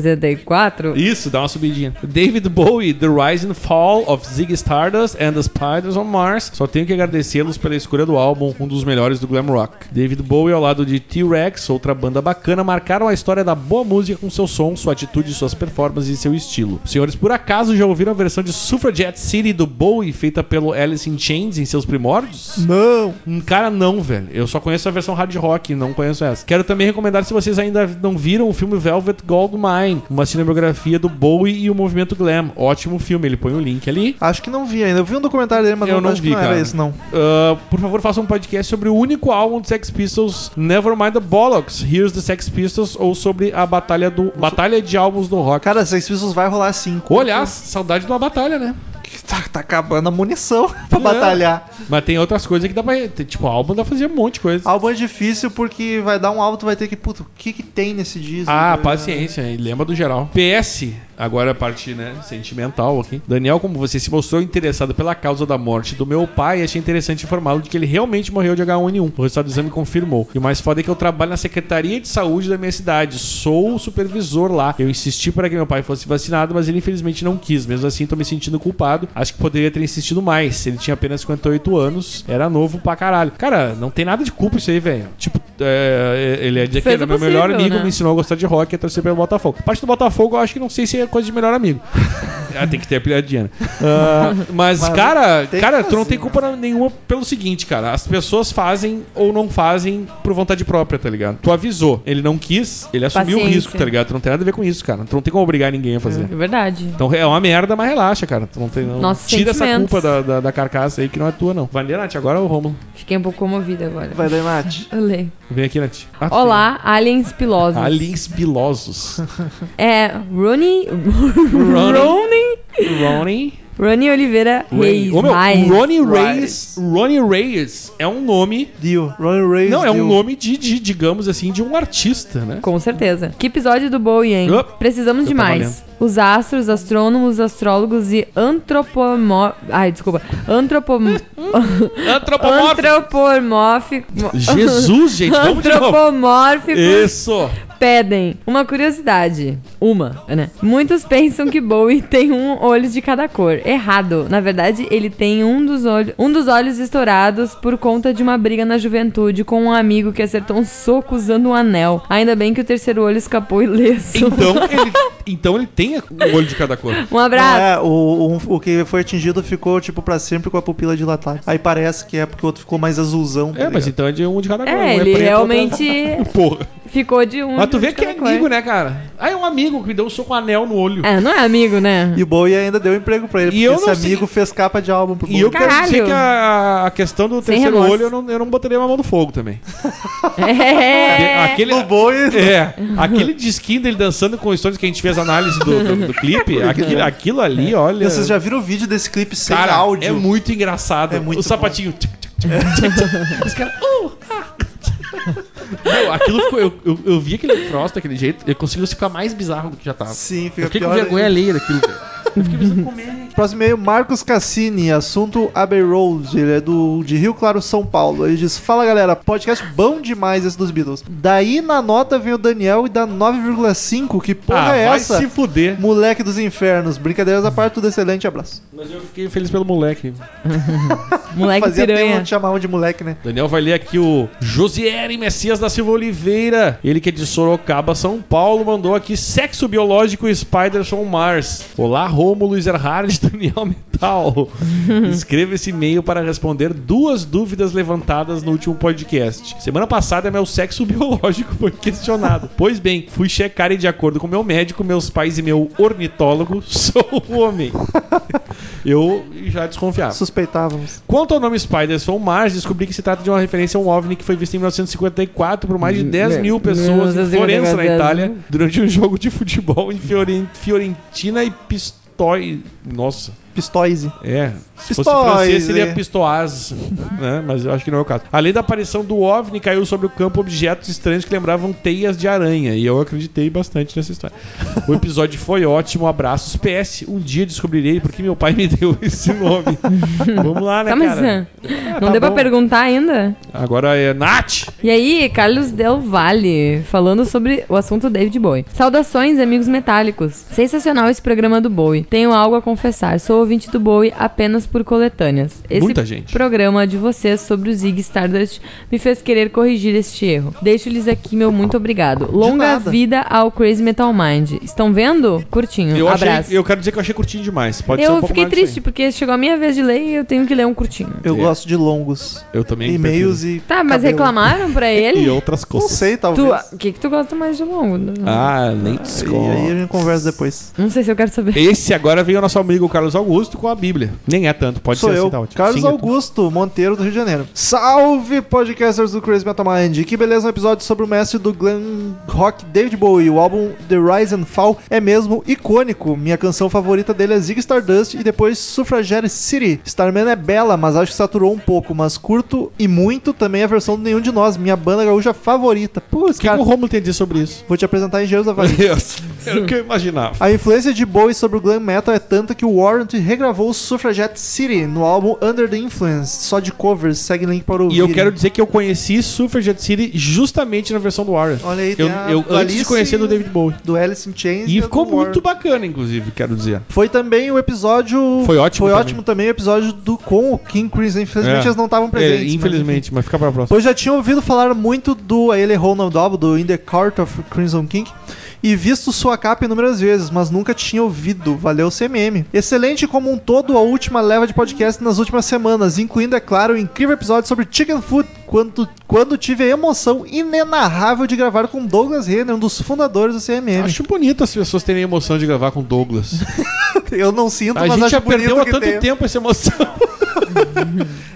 S9: 264.
S4: Isso, dá uma subidinha. David Bowie, The Rise and Fall of Zig Stardust and the Spiders on Mars. Só tenho que agradecê-los pela escolha do álbum, um dos melhores do glam rock. David Bowie, ao lado de T-Rex, outra banda bacana, marcaram a história da boa música com seu som, sua atitude, suas performances e seu estilo. Os senhores, por acaso, já ouviram a versão de Suffragette City do Bowie, feita pelo Alice in Chains em seus primórdios?
S3: Não!
S4: Hum, Cara, não, velho. Eu só conheço a versão hard rock, não conheço essa. Quero também recomendar, se vocês ainda não viram, o filme Velvet Goldmine, uma cinebiografia do Bowie e o movimento glam. Ótimo filme, ele põe o link ali.
S3: Acho que não vi ainda. Eu vi um documentário dele, mas
S4: Eu
S3: não,
S4: não
S3: acho
S4: vi,
S3: que não era
S4: cara.
S3: esse, não.
S4: Ah, por favor, faça um podcast sobre o único álbum de Sex Pistols, Nevermind the Bollocks, Here's the Sex Pistols, ou sobre a batalha do batalha de álbuns do rock.
S3: Cara, Sex Pistols vai rolar sim.
S4: Olha, saudade de uma batalha, né?
S3: Tá, tá acabando a munição pra
S4: É.
S3: batalhar.
S4: Mas tem outras coisas que dá pra. tem- Tipo, álbum dá pra fazer um monte de coisa.
S3: Álbum é difícil porque vai dar um alto, vai ter que. Puto, o que que tem nesse disco?
S4: Ah,
S3: Tá ligado?
S4: paciência, hein? lembra do geral. PS, agora a parte né, sentimental aqui. Daniel, como você se mostrou interessado pela causa da morte do meu pai, achei interessante informá-lo de que ele realmente morreu de H1N1. O resultado do exame confirmou. E o mais foda é que eu trabalho na Secretaria de Saúde da minha cidade. Sou o supervisor lá. Eu insisti para que meu pai fosse vacinado, mas ele infelizmente não quis. Mesmo assim, tô me sentindo culpado. Acho que poderia ter insistido mais. Ele tinha apenas 58 anos, era novo pra caralho. Cara, não tem nada de culpa isso aí, velho. Tipo, é, ele é dizer que
S9: Fez
S4: ele é
S9: o
S4: meu melhor
S9: possível,
S4: amigo,
S9: né?
S4: me ensinou a gostar de rock e a torcer pelo Botafogo. A parte do Botafogo eu acho que não sei se é coisa de melhor amigo. ah, tem que ter a piadinha. né? Ah, mas,
S3: Mas
S4: cara,
S3: tem que
S4: cara, tu não
S3: fazer,
S4: tem culpa
S9: né?
S4: nenhuma pelo seguinte, cara. As pessoas fazem ou não fazem por vontade própria, tá ligado? Tu avisou, ele não quis, ele assumiu o
S9: Paciência.
S4: risco, tá ligado? Tu não tem nada a ver com isso, cara. Tu não tem como obrigar ninguém a fazer.
S9: É verdade.
S4: Então é uma merda, mas relaxa, cara. Tu não tem, não-
S9: Nossos
S4: Tira essa
S9: sentimentos.
S4: culpa da, da, da carcaça aí que não é tua, não. Vai ler, Nath, agora é o Romulo.
S9: Fiquei um pouco comovida agora.
S3: Vai daí, Nath.
S9: Eu leio.
S4: Vem aqui, Nath. Ah, tu
S9: Olá, aliens
S4: tem.
S9: pilosos.
S4: Aliens pilosos.
S9: É, Ronnie. Ronnie.
S4: Ronnie.
S9: Ronnie Oliveira Reis.
S4: Ô, meu,
S9: mais.
S4: Ronnie Reyes. Ronnie Reyes é um nome.
S3: Dio. Ronnie Reyes.
S4: Não, é
S3: Dio.
S4: um nome de, de, digamos assim, de um artista, né?
S9: Com certeza. Que episódio do Bowie, hein?
S4: Ô,
S9: Precisamos
S4: eu
S9: de
S4: tava
S9: mais. Os astros, astrônomos, astrólogos e antropomó... Ai, desculpa. Antropom...
S4: Antropomórfico.
S9: Antropomórfico...
S4: Jesus, gente, vamos de novo.
S9: Antropomórficos
S4: Isso.
S9: pedem. Uma curiosidade. Uma, né? Muitos pensam que Bowie tem um olho de cada cor. Errado. Na verdade, ele tem um dos, olho, um dos olhos estourados por conta de uma briga na juventude com um amigo que acertou um soco usando um anel. Ainda bem que o terceiro olho escapou ileso.
S4: Então ele, então ele tem um olho de cada cor.
S9: Um
S3: Não,
S9: abraço.
S3: é, o, o, o que foi atingido ficou, tipo, pra sempre com a pupila dilatada. Aí parece que é porque o outro ficou mais azulzão. tá
S4: É, mas
S3: ligado?
S4: então é de um de cada cor. um
S9: É, ele
S4: preto,
S9: realmente
S4: outro é- Porra.
S9: ficou de um.
S4: Mas tu vê
S9: de
S4: que é
S9: cada cor.
S4: amigo, né, cara? Ah, é um amigo que me deu um soco com anel no olho.
S9: É, não é amigo, né?
S3: E o Bowie ainda deu emprego pra ele,
S4: E eu
S3: porque
S4: não
S3: esse amigo fez capa de álbum pro
S4: E eu
S3: Bowie.
S4: quero dizer
S9: Caralho.
S4: que a, a questão do
S9: Sem
S4: terceiro
S9: remorso.
S4: olho eu não, eu não botaria uma mão no fogo também.
S9: É.
S4: Aquele,
S3: O Bowie...
S4: É, aquele disquinho dele dançando com os Stones que a gente fez a análise do, do- do clipe, aquilo, aquilo ali, olha.
S3: É. Vocês já viram o vídeo desse clipe sem
S4: Cara,
S3: áudio?
S4: é muito engraçado.
S3: É muito
S4: o sapatinho. Tchac, tchac, tchac, tchac. Os caras. "Uh, ah." Meu, aquilo ficou, eu, eu, eu vi aquele troço daquele jeito, ele conseguiu ficar mais bizarro do que já tava.
S3: Sim,
S4: Eu
S3: fica
S4: fiquei com
S3: pior.
S4: vergonha
S3: ainda.
S4: alheia daquilo, velho.
S3: Próximo e-mail, Marcos Cassini, assunto Abbey Road, ele é do, de Rio Claro, São Paulo. Ele diz, fala galera, podcast bom demais esse dos Beatles. Daí na nota vem o Daniel e dá 9,5, que porra
S4: Ah,
S3: é
S4: vai
S3: essa?
S4: se fuder.
S3: Moleque dos infernos, brincadeiras à parte, tudo excelente, abraço.
S4: Mas eu fiquei feliz pelo moleque.
S9: Moleque
S3: Fazia tempo que não
S9: piranha.
S3: te chamavam de moleque, né?
S4: Daniel vai ler aqui o Josiere Messias da Silva Oliveira. Ele que é de Sorocaba, São Paulo, mandou aqui Sexo Biológico e Spiderson Mars. Olá, Rômulo Ezerhard, Daniel Metal. Escreva esse e-mail para responder duas dúvidas levantadas no último podcast. Semana passada, meu sexo biológico foi questionado. Pois bem, fui checar e, de acordo com meu médico, meus pais e meu ornitólogo, sou um homem. Eu já desconfiava.
S3: Suspeitávamos.
S4: Quanto ao nome Spiders from Mars, descobri que se trata de uma referência a um OVNI que foi visto em 1954 por mais de 10 mil pessoas em
S9: 1954,
S4: Florença, na
S9: 10
S4: Itália,
S9: mil.
S4: durante um jogo de futebol em Fioren- Fiorentina e Pistoi. Nossa,
S3: Pistoise.
S4: É. Se fosse
S3: Pistoise,
S4: francês, seria
S3: é.
S4: Pistoise, né? Mas eu acho que não é o caso. Além da aparição do OVNI, caiu sobre o campo objetos estranhos que lembravam teias de aranha. E eu acreditei bastante nessa história. O episódio foi ótimo. Abraços. PS, um dia descobrirei porque meu pai me deu esse nome. Vamos lá, né,
S9: Tá, mas
S4: cara?
S3: É,
S4: tá
S9: ah,
S3: tá
S9: não deu pra perguntar ainda?
S4: Agora é Nath.
S9: E aí, Carlos Del Valle, falando sobre o assunto David Bowie. Saudações, amigos metálicos. Sensacional esse programa do Bowie. Tenho algo a confessar. Sou ouvinte do Bowie apenas por coletâneas. Esse
S4: Muita gente.
S9: programa de vocês sobre o Zig Stardust me fez querer corrigir este erro. Deixo-lhes aqui meu muito obrigado. Longa
S3: nada.
S9: vida ao Crazy Metal Mind. Estão vendo? Curtinho.
S4: Eu, achei-
S9: Abraço.
S4: eu quero dizer que eu achei curtinho demais. Pode ser um
S9: Eu
S4: pouco
S9: fiquei
S4: mais disso aí.
S9: triste porque chegou a minha vez de ler e eu tenho que ler um curtinho.
S3: Eu
S4: É.
S3: gosto de longos.
S4: Eu também.
S3: E-mails e.
S9: Tá, mas
S3: cabelo.
S9: reclamaram pra
S4: E
S9: ele?
S4: outras
S3: Não
S4: coisas.
S3: sei,
S9: Tu,
S3: talvez.
S9: o que que tu gosta mais de longo?
S4: Ah, let's
S3: E aí a gente conversa depois.
S9: Não sei se eu quero saber.
S4: Esse agora vem o nosso amigo Carlos Augusto com a Bíblia. Nem é tanto, pode
S3: Sou
S4: ser
S3: eu,
S4: assim, tá ótimo.
S3: Carlos
S4: Sim, é tu.
S3: Augusto, Monteiro do Rio de Janeiro. Salve, podcasters do Crazy Metal Mind. Que beleza um episódio sobre o mestre do glam rock David Bowie. O álbum The Rise and Fall é mesmo icônico. Minha canção favorita dele é Zig Stardust e depois Suffragette City. Starman é bela, mas acho que saturou um pouco. Mas curto e muito também a versão do Nenhum de Nós, minha banda gaúcha favorita. Putz,
S4: O que que
S3: cara,
S4: o Romulo tem a dizer sobre isso?
S3: vou te apresentar em Engenheiros da Havaí.
S4: Era o que eu imaginava.
S3: A influência de Bowie sobre o glam metal é tanta que o Warrant regravou Suffragette City no álbum Under the Influence, só de covers, segue link para ouvir.
S4: E eu quero dizer que eu conheci Suffragette City justamente na versão do Warren.
S3: Olha aí, tem
S4: Eu,
S3: a
S4: eu
S3: do
S4: antes de
S3: Alice
S4: conhecer do David Bowie.
S3: do Alice in Chains
S4: E
S3: a do
S4: ficou
S3: Warrant.
S4: muito bacana, inclusive, quero dizer.
S3: Foi também o episódio
S4: Foi ótimo
S3: Foi
S4: também.
S3: ótimo também o episódio do com o King Crimson, infelizmente
S4: É.
S3: eles não estavam presentes.
S4: É,
S3: mas-
S4: infelizmente, mas fica pra próxima.
S3: Pois já tinha ouvido falar muito do A Ele Errou Não Dobro, do In the Court of Crimson King, e visto sua capa inúmeras vezes, mas nunca tinha ouvido. Valeu, CMM. Excelente como um todo a última leva de podcast nas últimas semanas, incluindo, é claro, o incrível episódio sobre Chicken Food, quando, quando tive a emoção inenarrável de gravar com Douglas Renner, um dos fundadores do CMM.
S4: Acho bonito as pessoas terem a emoção de gravar com Douglas.
S3: Eu não sinto,
S4: A
S3: mas
S4: gente
S3: acho
S4: já
S3: bonito
S4: perdeu há
S3: que
S4: tanto
S3: tenha.
S4: tempo essa emoção.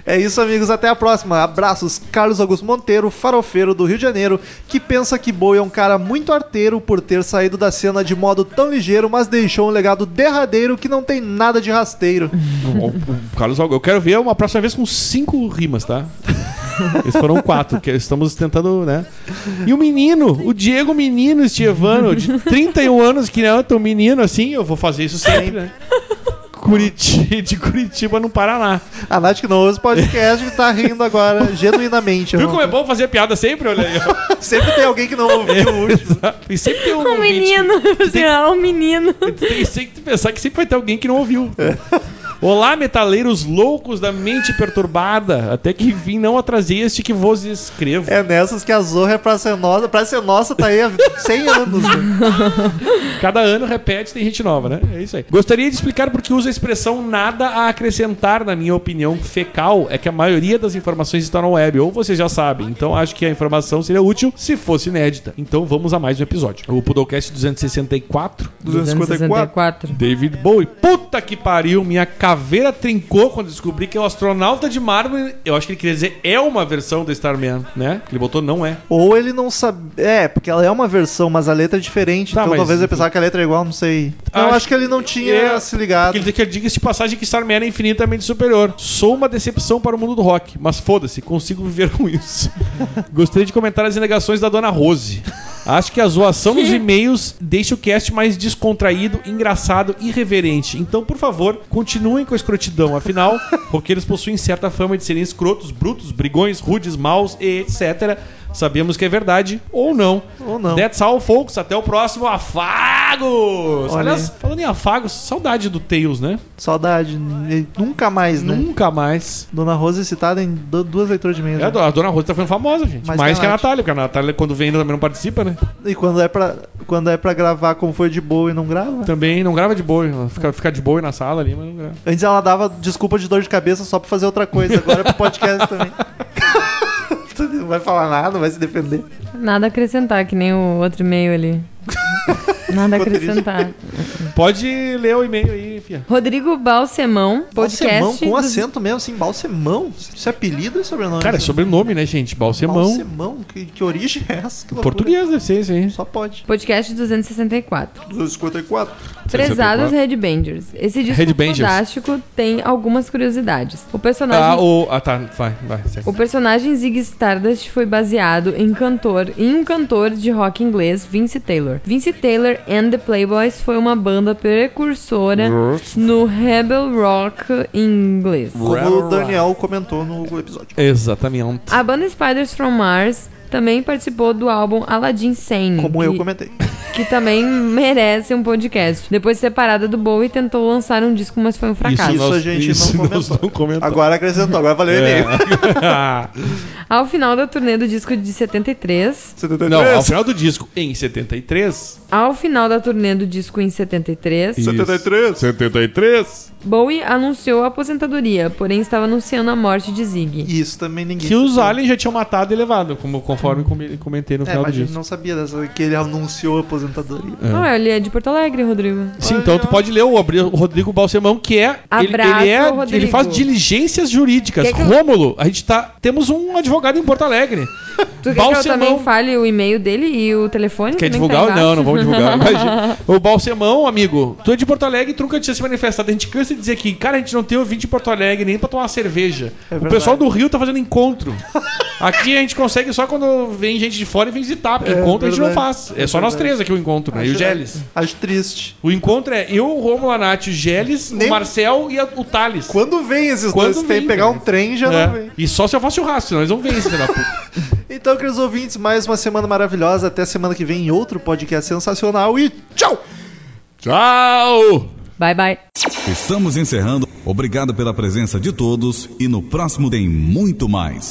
S3: É isso, amigos. Até a próxima. Abraços, Carlos Augusto Monteiro, farofeiro do Rio de Janeiro, que pensa que Bowie é um cara muito arteiro por ter saído da cena de modo tão ligeiro, mas deixou um legado derradeiro que não tem nada de rasteiro.
S4: O- o Carlos, Algo- eu quero ver uma próxima vez com cinco rimas, tá? Eles foram quatro, que estamos tentando, né? E o menino, o Diego Menino Estevano, de 31 anos, que não é tão menino assim, eu vou fazer isso sempre, né? Curitiba, de Curitiba no Paraná.
S3: A Nath Ah, que não ouve esse podcast que tá rindo agora genuinamente.
S4: Viu
S3: irmão.
S4: como é bom fazer piada sempre? Olha aí. ó.
S3: Sempre tem alguém que não ouviu o último.
S4: E sempre tem um,
S9: Um
S4: ouvinte-
S9: menino, assim, ah, um menino.
S4: Tem sempre que pensar que sempre vai ter alguém que não ouviu. Olá, metaleiros loucos da mente perturbada. Até que enfim não atrasei este que vos escrevo.
S3: É nessas que a Zorra é pra ser nossa. Pra ser nossa tá aí há 100 anos. né?
S4: Cada ano repete, tem gente nova, né? É isso aí. Gostaria de explicar porque uso a expressão nada a acrescentar, na minha opinião, fecal. É que a maioria das informações está na web, ou vocês já sabem. Então acho que a informação seria útil se fosse inédita. Então vamos a mais um episódio. O Pudolcast 264.
S9: 264.
S4: David Bowie. Puta que pariu, minha caveira trincou quando descobri que é o astronauta de mármore. Eu acho que ele queria dizer é uma versão do Starman, né? Ele botou não é.
S3: Ou ele não sabe. É, porque ela é uma versão, mas a letra é diferente.
S4: Tá,
S3: então
S4: mas-
S3: talvez ele pensava que a letra é igual, não sei. Não,
S4: Acho-
S3: acho, que ele não tinha
S4: É,
S3: se ligado.
S4: Que ele que diga-se de passagem que Starman é infinitamente superior. Sou uma decepção para o mundo do rock, mas foda-se, consigo viver com isso. Gostaria de comentar as alegações da dona Rose. Acho que a zoação nos e-mails deixa o cast mais descontraído, engraçado, irreverente. Então, por favor, continuem com a escrotidão. Afinal, roqueiros possuem certa fama de serem escrotos, brutos, brigões, rudes, maus e etc. Sabemos que é verdade ou não.
S3: Ou não.
S4: That's all, folks. Até o próximo Afagos!
S3: Olha
S4: Aliás, falando em afagos, saudade do Tails, né?
S3: Saudade. né? Nunca mais, né?
S4: Nunca mais.
S3: Dona Rosa é citada em du- duas leituras de né?
S4: É,
S3: mesa.
S4: a dona Rosa tá ficando famosa, gente.
S3: Mais
S4: mais
S3: que
S4: que a
S3: a
S4: Natália, porque a Natália, quando vem, ainda também não participa, né?
S3: E quando é, pra, quando é pra gravar como foi de boa e não grava?
S4: Também não grava de boi, ela fica, fica de boi na sala ali, mas não grava.
S3: Antes ela dava desculpa de dor de cabeça só pra fazer outra coisa, agora é pro podcast também. Tu não vai falar nada, vai se defender.
S9: Nada a acrescentar, que nem o outro e-mail ali. Nada a acrescentar.
S4: Pode ler o e-mail aí, Fia.
S9: Rodrigo Balsemão, podcast.
S3: Balsemão com
S9: dos-
S3: acento mesmo, assim, Balsemão. Isso é apelido ou é sobrenome?
S4: Cara, é sobrenome, né, gente? Balsemão.
S3: Balsemão. Que, que origem é essa? Que loucura.
S4: Português deve ser isso aí.
S3: Só pode.
S9: Podcast 264.
S3: 254.
S9: Prezados Red Bangers. Esse disco
S4: Red Bangers.
S9: fantástico tem algumas curiosidades. O
S4: Ah,
S9: personagem.
S4: o... ah, tá. Vai, vai. segue.
S9: o... personagem Zig Stardust foi baseado em cantor, em um cantor de rock inglês, Vince Taylor. Vince Taylor and the Playboys foi uma banda precursora no rebel rock inglês.
S3: Como o Daniel comentou no episódio.
S4: Exatamente.
S9: A banda Spiders from Mars também participou do álbum Aladdin Sane.
S4: Hum,
S3: Como eu
S9: que-
S3: comentei.
S4: então.
S9: que também merece um podcast. Depois separada do Bowie, tentou lançar um disco, mas foi um fracasso.
S3: Isso a gente não
S4: nós
S3: comentou.
S4: não comentamos.
S3: Agora acrescentou, agora valeu o
S4: É.
S3: e-mail.
S9: Ao final da turnê do disco de 73,
S3: 73.
S4: não, ao final do disco, em 73.
S9: ao final da turnê do disco em 73,
S4: Isso.
S3: 73.
S4: 73.
S9: Bowie anunciou a aposentadoria, porém estava anunciando a morte de Zig.
S3: Isso também ninguém.
S4: Que os aliens já tinham matado e levado, como, conforme com- comentei no
S3: É,
S4: final
S3: mas a
S4: do
S3: gente
S4: disco.
S3: não sabia dessa, que ele anunciou a aposentadoria.
S4: É.
S9: Ah, ele é de Porto Alegre, Rodrigo.
S4: Sim, então tu pode ler o Abri- o Rodrigo Balsemão, que é. Ele,
S9: Abraço,
S4: ele, é
S9: Rodrigo.
S4: ele faz diligências jurídicas.
S9: Quer que eu-
S4: Rômulo, a gente tá. Temos um advogado em Porto Alegre.
S9: Tu quer que eu
S4: Balsemão.
S9: também fale o e-mail dele e o telefone?
S4: Quer
S9: também
S4: divulgar?
S9: tá aí
S4: não,
S9: embaixo?
S4: não vamos divulgar. imagina. o Balsemão, amigo, tu é de Porto Alegre, tu nunca tinha se manifestado. A gente cansa de dizer que, cara, a gente não tem ouvinte de Porto Alegre nem pra tomar uma cerveja.
S3: É
S4: o
S3: verdade.
S4: pessoal do Rio tá fazendo encontro. Aqui a gente consegue só quando vem gente de fora e vem visitar, porque
S3: É
S4: encontro a gente não
S3: verdade.
S4: faz.
S3: É
S4: É só nós
S3: verdade.
S4: três aqui o encontro, né? E o Geles.
S3: Acho triste.
S4: O encontro é eu, o Romulo, a Nath, o Geles,
S3: Nem-
S4: o Marcel e a- o Thales.
S3: Quando vem esses
S4: Quando
S3: dois, tem
S4: vem,
S3: que pegar
S4: cara.
S3: um trem já não
S4: É.
S3: vem.
S4: E só se eu faço churrasco, senão eles não vêm, esse filho da puta.
S3: Então, queridos ouvintes, mais uma semana maravilhosa. Até semana que vem em outro podcast sensacional e tchau!
S8: Tchau!
S9: Bye, bye.
S10: Estamos encerrando. Obrigado pela presença de todos e no próximo tem muito mais.